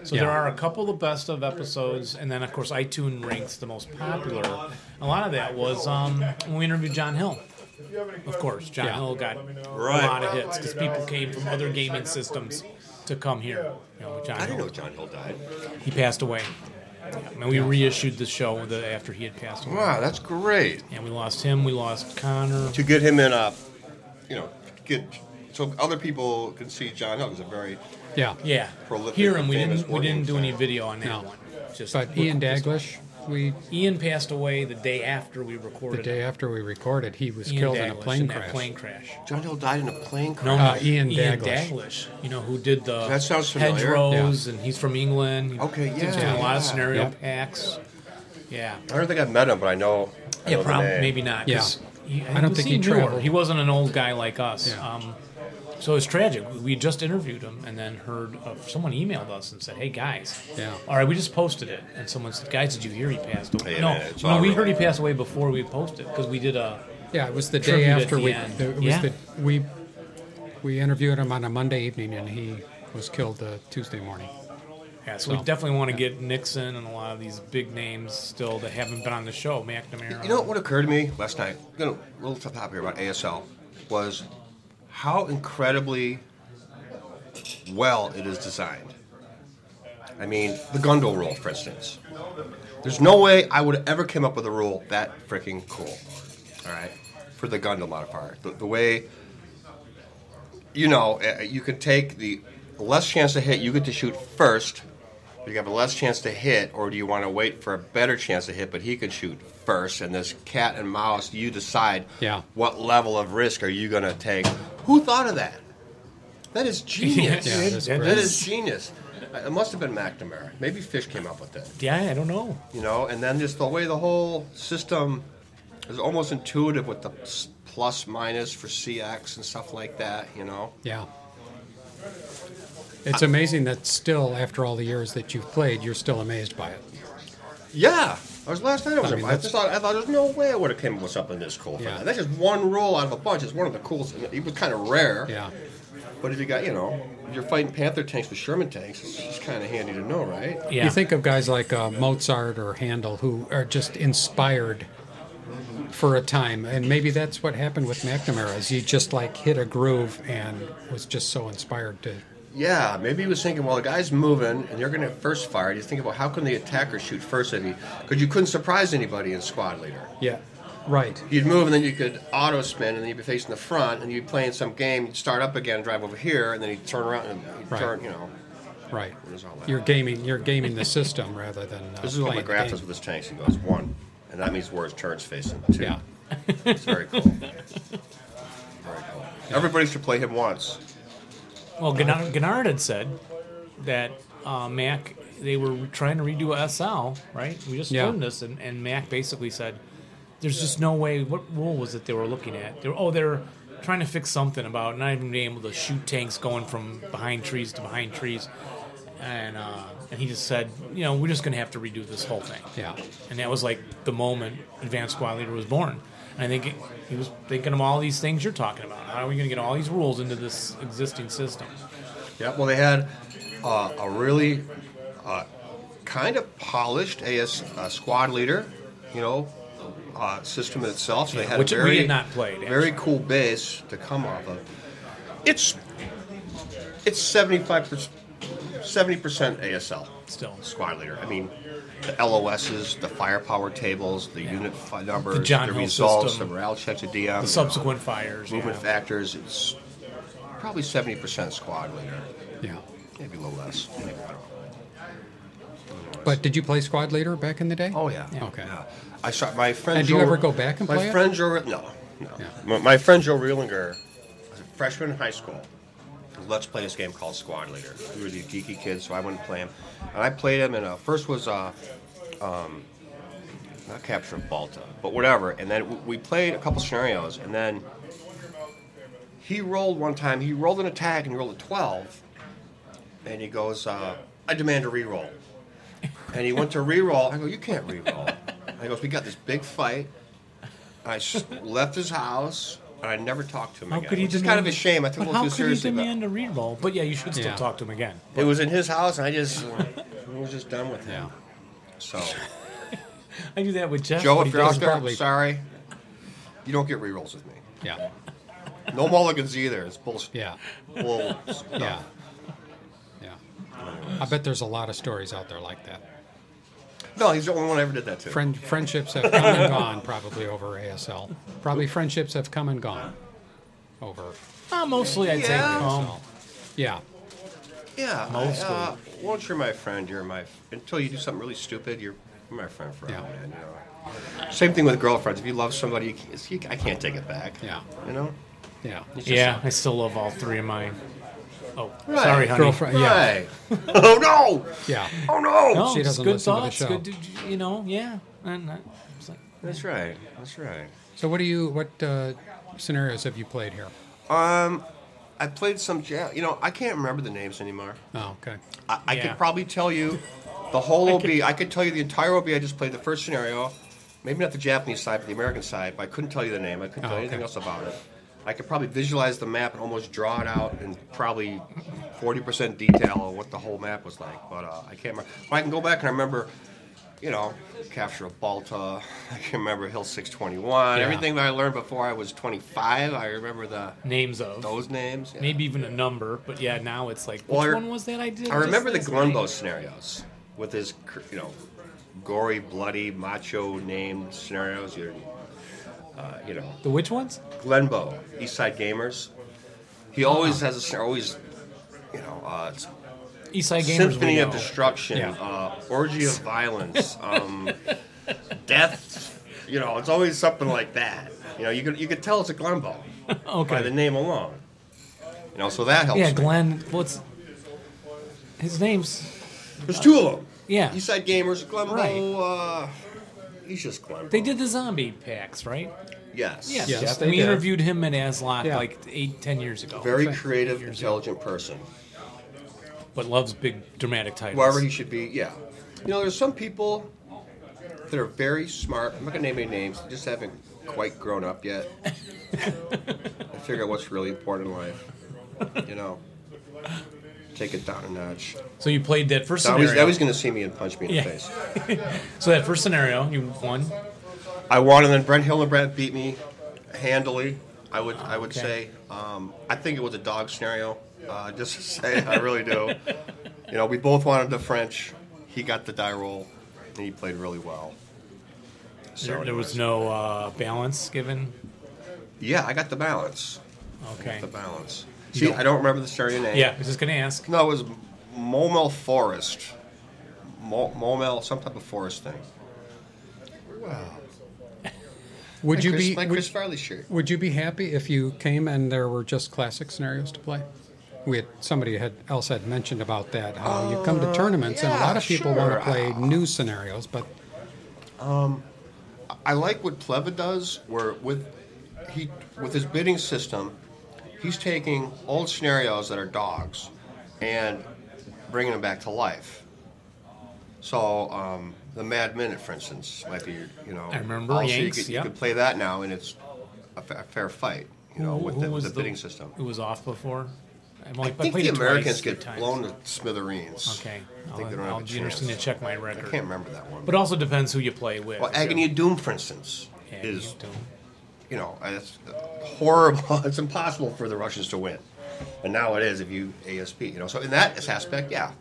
B: So there
A: Yeah.
B: are a couple of best of episodes, and then of course iTunes ranks the most popular. A lot of that was um, when we interviewed John Hill. Of course, John
A: Yeah.
B: Hill got
C: Right.
B: a lot of hits because people came from other gaming systems to come here. You know, John
C: I didn't
B: Hill
C: know John Hill died.
B: he passed away. Yeah, and we reissued the show with it after he had passed away.
C: Wow, that's great.
B: And we lost him. We lost Connor.
C: To get him in a, you know, get so other people can see John Hill. He's a very
A: Yeah.
B: Yeah,
C: prolific
B: here and we
C: famous
B: didn't we didn't do
C: working
B: any video on that
A: No.
B: one. Just
A: But Ian Daglish, we
B: Ian passed away the day after we recorded.
A: the day
B: it.
A: after we recorded, he was
B: Ian
A: killed
B: Daglish
A: in a plane
B: that
A: crash.
B: plane crash.
C: John Hill died in a plane crash.
B: No,
A: Uh,
B: no,
A: Ian
B: Ian
A: Daglish.
B: Daglish. You know who did the
C: That sounds familiar.
B: hedgerows, and he's from England.
C: Okay,
B: He was
C: yeah,
B: doing a lot of
C: yeah.
B: scenario
A: Yeah.
B: packs. Yeah,
C: I don't think I've met him, but I know. I know
B: yeah,
C: the
B: probably
C: name.
B: maybe not. 'cause he-
A: I don't think he
B: was newer.
A: traveled.
B: He wasn't an old guy like us.
A: Yeah.
B: Um, so it's tragic. We just interviewed him and then heard of someone emailed us and said, "Hey guys,
A: Yeah.
B: all right, we just posted it." And someone said, "Guys, did you hear he passed away?"
C: Yeah,
B: no,
C: man, it's
B: no,
C: all
B: we
C: real.
B: heard he passed away before we posted because we did a
A: Yeah, it was the
B: Tribute
A: day
B: at
A: after
B: the
A: we.
B: end.
A: the- It was
B: Yeah.
A: the, we we interviewed him on a Monday evening, and he was killed the Tuesday morning.
B: Yeah, so, we
A: So,
B: definitely want to get Nixon and a lot of these big names still that haven't been on the show, McNamara.
C: You know what occurred to me last night? You know, a little tough topic about ASL was how incredibly well it is designed. I mean, the Gundle rule, for instance. There's no way I would have ever came up with a rule that freaking cool. All right, for the Gundle modifier, the, the way you know, uh, you could take the less chance to hit, you get to shoot first. You have a less chance to hit, or do you want to wait for a better chance to hit, but he could shoot first? And this cat and mouse, you decide
A: Yeah.
C: what level of risk are you going to take. Who thought of that? That is genius.
A: Yeah, that's
B: That
C: that
A: great.
C: is genius. It must have been McNamara. Maybe Fish came up with that
B: Yeah, I don't know.
C: you know and then just the way the whole system is almost intuitive with the s- plus minus for cx and stuff like that you know
A: Yeah. It's amazing that still, after all the years that you've played, you're still amazed by it.
C: yeah i was last night i was
A: I
C: I,
A: mean,
C: just thought i thought there's no way i would have came up with something this cool for
A: Yeah.
C: that. that's just one rule out of a bunch it's one of the coolest and it was kind of rare
A: Yeah.
C: but if you got you know if you're fighting panther tanks with sherman tanks it's just kind of handy to know right
B: Yeah,
A: You think of guys like uh, Mozart or Handel who are just inspired for a time, and maybe that's what happened with McNamara. Is he just like hit a groove and was just so inspired to?
C: Yeah, maybe he was thinking, well, the guy's moving, and you're going to first fire. He's thinking about how can the attacker shoot first if he, because you couldn't surprise anybody in squad leader.
A: Yeah. Right.
C: You'd move, and then you could auto spin, and then you'd be facing the front, and you'd play in some game. You'd start up again, drive over here, and then you'd turn around and you'd
A: Right.
C: turn. You know,
A: Right.
C: was all that?
A: You're gaming. You're gaming the system rather than. Uh,
C: this is what my
A: playing the
C: graph
A: game.
C: does with his tanks. He goes one, and that means where his turn's facing two.
A: Yeah.
C: it's very cool. Very cool. Everybody should play him once.
B: Well, Gennard, Gennard had said that uh, Mac they were trying to redo a SL, right? We just
A: Yeah.
B: filmed this, and, and Mac basically said, "There's just no way. What rule was it they were looking at? They were, oh, they're trying to fix something about not even being able to shoot tanks going from behind trees to behind trees." And uh, and he just said, "You know, we're just going to have to redo this whole thing."
A: Yeah.
B: and that was like the moment Advanced Squad Leader was born. And I think it- he was thinking of all these things you're talking about. How are we going to get all these rules into this existing system?
C: Yeah, well, they had uh, a really uh, kind of polished AS uh, squad leader, you know, uh, system in itself. So they had
B: which
C: a
B: we
C: very,
B: had not played,
C: Very cool base to come off of. It's it's seventy five percent. 70% ASL
B: Still.
C: squad leader. I mean, the LOSs, the firepower tables, the unit fi- numbers, the,
B: John Hill
C: results,
B: system,
C: the morale checks, the DM,
B: The subsequent fires.
C: movement
B: yeah.
C: factors. It's probably 70% squad leader.
A: Yeah.
C: Maybe a little less. Maybe, I don't know.
A: But did you play squad leader back in the day?
C: Oh yeah.
A: Okay.
C: Yeah. I saw my friend.
A: And do you
C: Joe-
A: ever go back and
C: my
A: play it?
C: friend Joe? No, no.
A: Yeah.
C: My, my friend Joe Reelinger, was a freshman in high school. Let's play this game called Squad Leader. We were these geeky kids, so I wouldn't play him. And I played him, and uh, first was uh, um, not Capture Balta, but whatever. And then w- we played a couple scenarios, and then he rolled one time. He rolled an attack, and he rolled a twelve. And he goes, uh, "I demand a reroll." And he went to re-roll. I go, you can't re-roll. I goes, we got this big fight. I s- left his house, and I never talked to him
B: How
C: again.
B: could he
C: which is kind of a
B: demand-
C: shame. I took
B: But
C: him a
B: how
C: little too
B: could he
C: seriously. but
B: demand a reroll? But yeah, you should still
A: Yeah.
B: talk to him again.
C: it was in his house, and I just I was just done with him.
A: Yeah.
C: So,
B: I do that with Jeff.
C: Joe,
B: but
C: if
B: he
C: you're out
B: doesn't.
C: there,
A: probably-
C: sorry, you don't get re-rolls with me.
A: Yeah.
C: No mulligans either. It's bullshit.
A: Yeah.
C: Bull stuff.
A: Yeah. Yeah. I bet there's a lot of stories out there like that.
C: No, he's the only one I ever did that to.
A: Friend, friendships have come and gone probably over ASL. Probably friendships have come and gone over.
B: Uh, mostly, I'd say.
C: Yeah.
B: Um,
A: Yeah.
C: Yeah. I,
B: Mostly.
C: uh, once you're my friend, you're my until you do something really stupid, you're, you're my friend forever,
A: Yeah.
C: man. You know. Same thing with girlfriends. If you love somebody, you, can't- you, I can't take it back.
A: Yeah.
C: You know.
A: Yeah.
C: It's just-
B: yeah, I still love all three of mine. Oh,
C: Right.
B: sorry, honey.
A: Girlfriend-
C: Right. oh no!
A: Yeah.
C: Oh no!
B: No,
A: She
B: it's
A: doesn't
B: good
A: listen to the
B: thoughts.
A: show.
B: Good, to- you know, yeah. And I, it's like,
C: That's right. That's right.
A: So what do you what uh, scenarios have you played here?
C: Um, I played some jazz. You know, I can't remember the names anymore.
A: Oh, okay.
C: I, I
B: Yeah.
C: could probably tell you the whole OB. I could tell you the entire OB I just played, the first scenario. Maybe not the Japanese side, but the American side. But I couldn't tell you the name. I couldn't
A: Oh,
C: tell you anything
A: okay.
C: else about it. I could probably visualize the map and almost draw it out in probably 40% detail of what the whole map was like. But uh, I can't remember. But I can go back and I remember, you know, capture of Balta. I can remember Hill 621.
A: Yeah.
C: Everything that I learned before I was 25. I remember the
B: names of.
C: those names. Yeah.
B: Maybe even a number, but yeah, now it's like, which
C: Well, I re-
B: one was that I did?
C: I remember the
B: just last night?
C: Glumbo scenarios with his, cr- you know, gory, bloody, macho name scenarios. You, uh, you know,
B: The which ones?
C: Glenbo, East Side Gamers. He always
B: Uh-huh.
C: has a scenario, always, you know, uh, it's
B: Eastside Gamers.
C: Symphony
B: We know.
C: of Destruction,
A: Yeah.
C: uh, Orgy of Violence, um, Death. You know, it's always something like that. You know, you could, you could tell it's a Glenbo by the
B: okay.
C: name alone. You know, so that helps.
B: Yeah,
C: me.
B: Glenn. What's his name's?
C: There's two of them.
B: Yeah.
C: Eastside Gamers, Glenbo.
B: Right.
C: Uh, he's just Glenbo.
B: They did the zombie packs, right?
C: Yes.
B: Yes,
A: Yes,
B: Jeff.
A: they
B: we
A: did.
B: interviewed him at Aslock
A: Yeah.
B: like eight, ten years ago.
C: Very
A: Okay.
C: creative, intelligent person.
B: but loves big dramatic titles.
C: Wherever he should be, yeah. You know, there's some people that are very smart. I'm not gonna name any names. They just haven't quite grown up yet. I figure out what's really important in life. You know, take it down a notch.
B: so you played that first
C: Now he's,
B: scenario.
C: now he's gonna see me and punch me in
B: Yeah.
C: the face.
B: so that first scenario, you won.
C: I won, and then Brent Hillenbrand beat me handily. I would, I would
B: Okay.
C: say. Um, I think it was a dog scenario. Uh, just to say, I really do. You know, we both wanted the French. He got the die roll, and he played really well. So
B: There, there was
C: anyways.
B: no uh, balance given.
C: Yeah, I got the balance.
B: Okay.
C: The balance.
B: You
C: See,
B: don't-
C: I don't remember the scenario name.
B: Yeah, I was just gonna ask.
C: No, it was Momel Forest. Mo- Momel, some type of forest thing.
A: Would
C: My
A: you
C: Chris-
A: be
C: my
A: would,
C: Chris Farley shirt?
A: would you be happy if you came and there were just classic scenarios to play? we had, somebody had, else had mentioned about that how you come to tournaments and a lot
C: Oh, yeah,
A: of people want
C: sure.
A: to play new scenarios, but
C: I like what Pleva does, where with he with his bidding system, he's taking old scenarios that are dogs and bringing them back to life. So um, the Mad Minute, for instance, might be you know.
B: I remember
C: also
B: Yanks,
C: You could,
B: yeah.
C: you could play that now, and it's a fa- a fair fight, you know,
B: Who-
C: with
B: who
C: the, with
B: was
C: the bidding system.
B: Who was off before? I've
C: I
B: only-
C: think
B: played
C: the
B: it twice,
C: Americans
B: three
C: get
B: times.
C: blown to smithereens.
B: Okay,
C: I
B: I'll,
C: think they don't
B: I'll
C: have a
B: be interested to
C: chance.
B: check my
C: I
B: record.
C: can't remember that one.
B: But it also depends who you play with.
C: well,
B: too.
C: Agony of Doom, for instance,
B: Agony of
C: is
B: Doom.
C: you know, it's horrible. It's impossible for the Russians to win. And now it is if you ASP, you know. So in that aspect, yeah.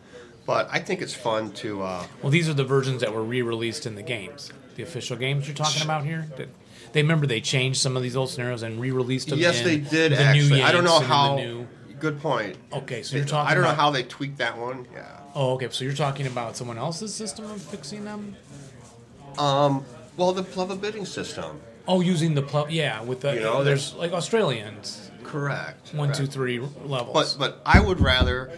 C: But I think it's fun to. Uh,
B: Well, these are the versions that were re-released in the games, the official games you're talking about here. That they remember they changed some of these old scenarios and re-released them.
C: yes,
B: in
C: they did.
B: the new
C: Actually, I don't
B: Yanks
C: know
B: and the
C: how.
B: new-
C: Good point.
B: okay, so
C: They-
B: you're talking.
C: I don't know
B: about-
C: how they tweaked that one. Yeah.
B: Oh, okay. So you're talking about someone else's system of fixing them?
C: Well, the Plava bidding system.
B: Oh, using the pl- yeah with the
C: You know,
B: there's like Australians
C: Correct.
B: one two
C: correct.
B: three levels.
C: But but I would rather,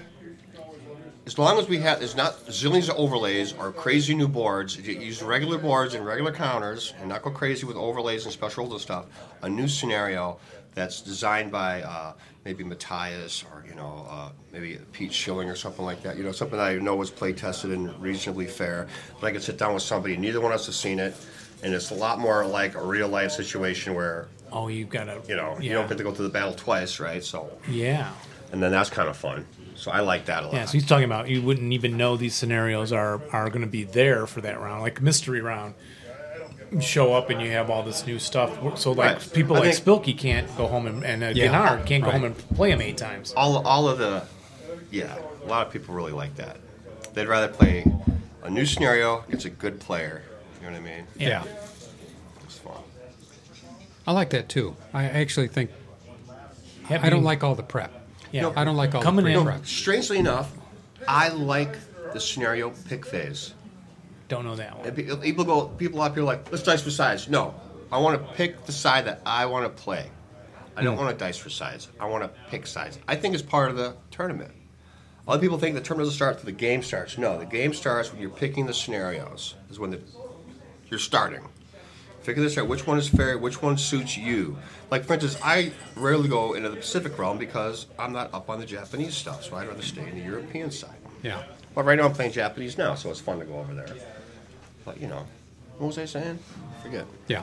C: as long as we have, there's not zillions of overlays or crazy new boards. you Use regular boards and regular counters, and not go crazy with overlays and special rules and stuff. A new scenario that's designed by uh, maybe Matthias or you know uh, maybe Pete Schilling or something like that. You know something that I know was play tested and reasonably fair. But I could sit down with somebody. Neither one of us has seen it. And it's a lot more like a real life situation where
B: oh, you've got to
C: you know
B: yeah.
C: you don't get to go through the battle twice, right? So
B: yeah.
C: and then that's kind of fun. So I like that a lot.
B: Yeah, so he's talking about you wouldn't even know these scenarios are are going to be there for that round, like mystery round. You Show up and you have all this new stuff. So like
C: Right.
B: people
C: I
B: like
C: think-
B: Spilky can't go home and, and uh,
A: Yeah.
B: Gennard can't go
A: Right.
B: home and play him eight times.
C: all all of the, yeah, a lot of people really like that. They'd rather play a new scenario. It's a good player. You know what I mean?
A: yeah.
C: It's fun.
A: I like that too. I actually think
B: Have
A: I don't
B: you-
A: like all the prep.
B: Mm. Yeah.
A: I don't like all
B: Coming
A: the
B: in-
A: pre-
C: No,
A: prep.
C: strangely enough, I like the scenario pick phase.
B: don't know that one.
C: And pe- People go, people up here like, let's dice for sides. No, I want to pick the side that I want to play. I don't want to dice for sides. I want to pick sides. I think it's part of the tournament. Other people think the tournament doesn't start till the game starts. No, the game starts when you're picking the scenarios. Is when the you're starting. Figure this out. Which one is fair? Which one suits you? Like for instance, I rarely go into the Pacific realm because I'm not up on the Japanese stuff, so I'd rather stay in the European side.
A: Yeah.
C: But right now I'm playing Japanese now, so it's fun to go over there. But you know, what was I saying? Forget.
A: Yeah.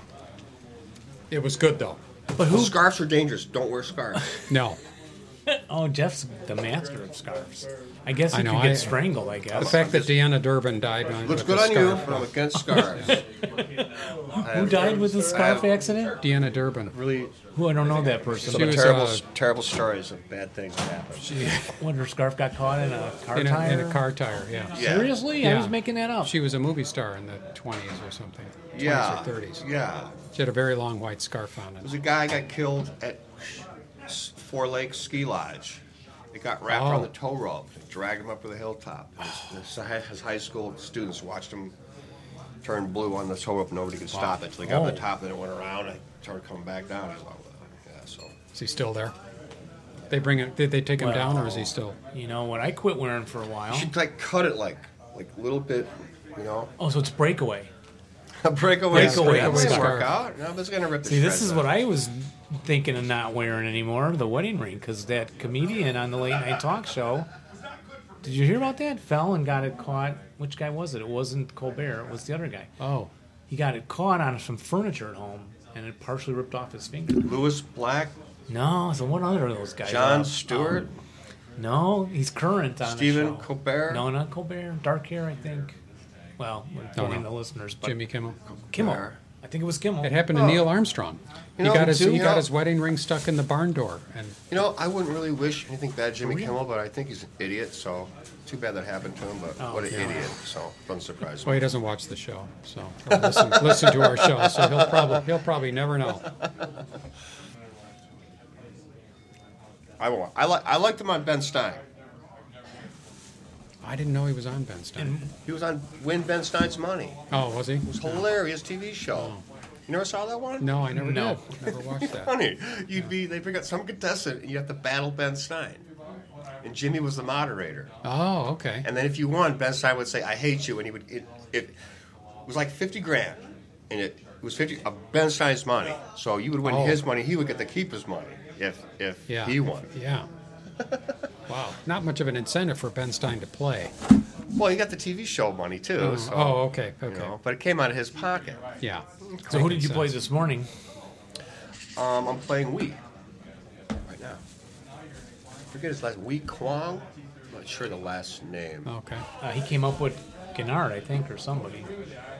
A: It was good though.
B: But who?
C: Scarves are dangerous. Don't wear scarves.
A: No.
B: Oh, Jeff's the master of scarves. I guess
A: I
B: you
A: know,
B: could get
A: I-
B: strangled. I
A: The
B: guess.
A: fact that Deanna Durbin died on
C: Looks
A: with
C: good
A: a
C: on you,
A: scarf.
C: but I'm against scarves.
B: Who died with a scarf accident?
A: Deanna Durbin.
C: Really,
B: Who I don't know that person.
C: some
A: was,
C: terrible,
A: uh,
C: terrible stories of bad things that happened.
B: but When her scarf got caught in a car
A: In a, in
B: tire.
A: a car tire, yeah.
C: Yeah.
B: Seriously, I
A: Yeah.
B: was making that up.
A: She was a movie star in the 20s or something. 20s
C: yeah,
A: or 30s.
C: yeah.
A: She had a very long white scarf on it.
C: There's a guy got killed at S- Four Lake Ski Lodge. It got wrapped
A: Oh.
C: around the tow rope and dragged him up to the hilltop. And His, his high- his high school students watched him turn blue on the tow rope. Nobody could stop it. So they got to
B: Oh.
C: the top and it went around and started coming back down. He's like, yeah, so.
A: Is he still there? They bring it. Did they take him down, or is he still?
B: You know what? I quit wearing for a
C: You
B: while.
C: should like cut it like like a little bit, you know.
B: Oh, so it's breakaway.
C: A breakaway,
B: Yeah, breakaway
C: breakaway
B: scarf.
C: workout. No, but it's gonna rip the
B: See, this
C: shreds
B: is
C: up.
B: what I was thinking of not wearing anymore the wedding ring because that comedian on the late night talk show. Did you hear about that? Fell and got it caught. Which guy was it? It wasn't Colbert. It was the other guy.
A: Oh,
B: He got it caught on some furniture at home, and it partially ripped off his finger.
C: Lewis Black,
B: No, so one other of those guys.
C: John
B: Um,
C: Stewart,
B: no, he's current on. the
C: Stephen
B: show.
C: Colbert.
B: No, not Colbert. Dark hair, I think. Well, we're telling the listeners, but
A: Jimmy Kimmel.
B: Kimmel.
C: Colbert.
B: I think it was Kimmel.
A: It happened to
C: Oh.
A: Neil Armstrong. He
C: You know,
A: got his
C: too,
A: he
C: you
A: got
C: know-
A: his wedding ring stuck in the barn door, and
C: You know, I wouldn't really wish anything bad to Jimmy Kimmel, but I think he's an idiot, so too bad that happened to him, but
B: Oh,
C: what an
B: yeah.
C: idiot. So doesn't surprise
A: well,
C: me.
A: he doesn't watch the show, so or listen listen to our show, so he'll probably he'll probably never know.
C: I won't. I like I liked him on Ben Stein.
A: I didn't know he was on Ben Stein.
C: He was on Win Ben Stein's Money.
A: oh, was he?
C: It was a hilarious TV show. You never saw that one?
A: No, I never
B: Oh. No.
A: did. Never watched that.
C: Funny. You'd be they bring out some contestant and you have to battle Ben Stein. and Jimmy was the moderator.
A: Oh, okay.
C: And then if you won, Ben Stein would say, "I hate you," and he would. It, it was like fifty grand, and it, was fifty of Ben Stein's money. So you would win
A: Oh.
C: his money. He would get to keep his money if if
A: Yeah.
C: he won.
A: Yeah. wow. Not much of an incentive for Ben Stein to play.
C: Well, he got the TV show money too. so,
A: oh, okay. Okay.
C: you know, but it came out of his pocket.
A: Yeah.
B: So who did you
A: sense.
B: play this morning?
C: Um, I'm playing Wii right now. forget his last Wee Kwong. I'm not sure the last name.
A: Okay.
B: Uh, he came up with Gennard, I think, or somebody.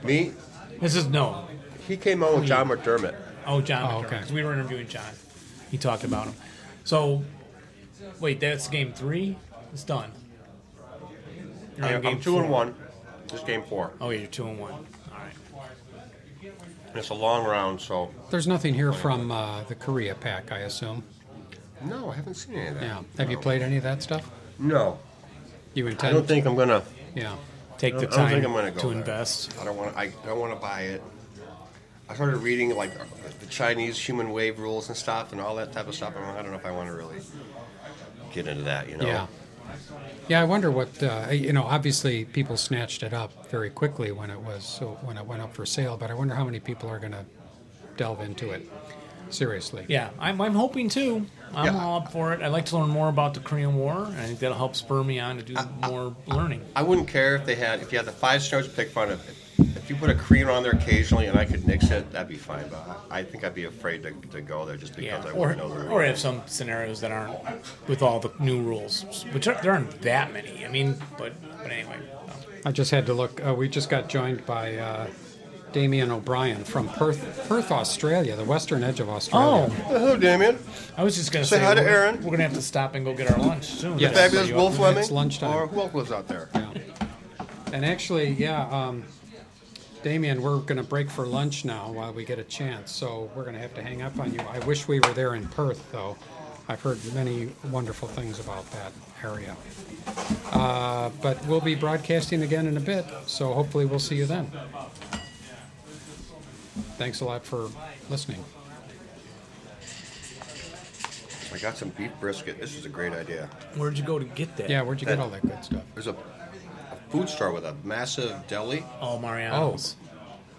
C: Me,
B: This is no.
C: he came on with John McDermott.
B: Oh, John.
A: Oh,
B: McDermott,
A: okay.
B: 'cause we were interviewing John. He talked about him. So, wait, that's game three. It's done. You're on
C: I'm,
B: game
C: two and
B: four.
C: one. This is game four.
B: Oh, yeah, you're two and one. All right.
C: And it's a long round, so
A: There's nothing here from uh, the Korea pack, I assume.
C: no, I haven't seen any of that.
A: Yeah. Have you
C: No.
A: played any of that stuff?
C: No,
A: You
C: I
A: intend?
C: don't think I'm gonna.
A: Yeah.
B: Take
C: I
B: the
C: don't- I don't
B: time
C: think I'm gonna go
B: to
C: there.
B: invest.
C: I don't want. I don't want to buy it. I started reading like the Chinese human wave rules and stuff and all that type of stuff. I'm like, I don't know if I want to really get into that, you know.
A: Yeah. Yeah, I wonder what uh, you know. Obviously, people snatched it up very quickly when it was so when it went up for sale. But I wonder how many people are going to delve into it seriously.
B: Yeah, I'm, I'm hoping to. I'm
C: Yeah.
B: all up for it. I'd like to learn more about the Korean War, and I think that'll help spur me on to do more learning.
C: I wouldn't care if they had if you had the five stars to pick fun of it. If you put a Korean on there occasionally and I could nix it, that'd be fine. But I I think I'd be afraid to, to go there just because
B: Yeah,
C: I
B: or,
C: wouldn't know the rules.
B: or have some scenarios that aren't with all the new rules, which are, there aren't that many. I mean, but but anyway,
A: I just had to look. Uh, we just got joined by uh, Damien O'Brien from Perth, Perth, Australia, the western edge of Australia.
B: oh,
C: Hello, Damien.
B: I was just gonna
C: Say
B: say,
C: hi to
B: we're-
C: Aaron.
B: We're gonna have to stop and go get our lunch soon.
A: Yes.
B: So
C: Fabulous
B: you-
C: Wolf Fleming.
A: lunchtime.
C: Or who else lives out there?
A: And actually, yeah, um, Damien, we're going to break for lunch now while we get a chance. So we're going to have to hang up on you. I wish we were there in Perth, though. I've heard many wonderful things about that area. Uh, but we'll be broadcasting again in a bit, so hopefully we'll see you then. Thanks a lot for listening.
C: I got some beef brisket. This is a great idea.
B: Where'd you go to get that?
A: Yeah, where'd you get all that good stuff?
C: There's a, a food store with a massive deli.
B: Oh, Mariano's.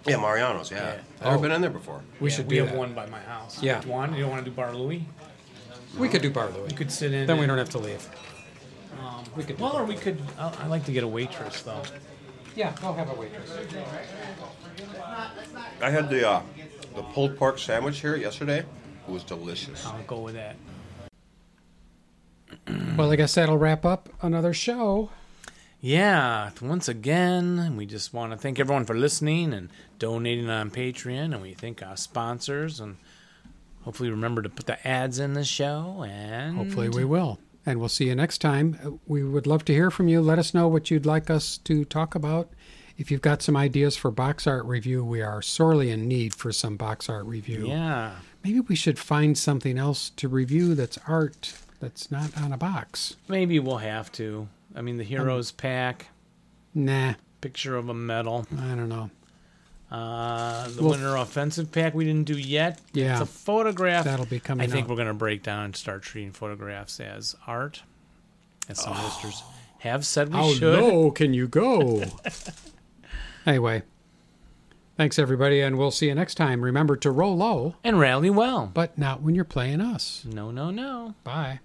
C: Yeah, Mariano's. Yeah,
B: Yeah.
C: I've never
A: Oh.
C: been in there before.
A: We
B: Yeah,
A: should
B: We
A: do
B: have
A: that.
B: one by my house.
A: Yeah.
B: One. You don't want to do Bar Louie?
A: We could do Bar Louie.
B: You could sit in.
A: Then we
B: and-
A: don't have to leave. we could. do
B: Well, or we could. I, I like to get a waitress though.
A: Yeah, I'll have a waitress.
C: I had the uh, the pulled pork sandwich here yesterday. It was delicious.
B: I'll go with that.
A: Well, I guess that'll wrap up another show.
B: Yeah, once again, we just want to thank everyone for listening and donating on Patreon, and we thank our sponsors, and hopefully remember to put the ads in the show. And
A: Hopefully, we will. And we'll see you next time. Uh, We would love to hear from you. Let us know what you'd like us to talk about. If you've got some ideas for box art review, we are sorely in need for some box art review.
B: yeah,
A: Maybe we should find something else to review that's art that's not on a box.
B: maybe we'll have to. I mean, the
A: Um,
B: Heroes Pack,
A: Nah,
B: picture of a medal,
A: I don't know.
B: uh, the
A: Well-
B: Winter Offensive Pack we didn't do yet.
A: Yeah.
B: it's a photograph
A: That'll be coming
B: I think
A: up.
B: we're gonna break down and start treating photographs as art, as
A: Oh.
B: some listeners have said we
A: How
B: should.
A: low can you go? anyway, thanks everybody, and we'll see you next time. Remember to roll low,
B: And rally well.
A: but not when you're playing us.
B: No, no, no.
A: Bye.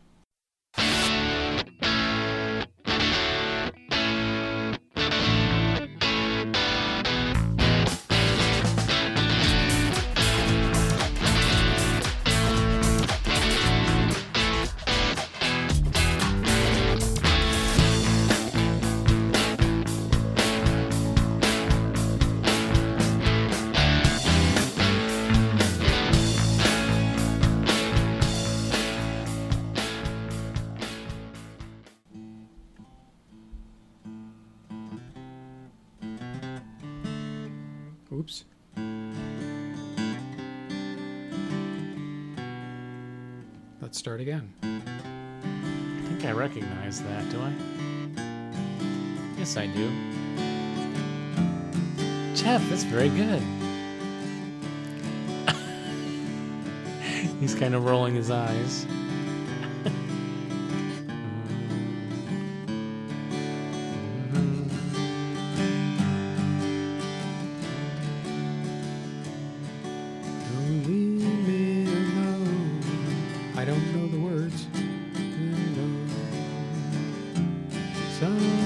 A: Oops. Let's start again.
B: I think I recognize that, do I? Yes, I do. Jeff, that's very good. He's kind of rolling his eyes. Sun.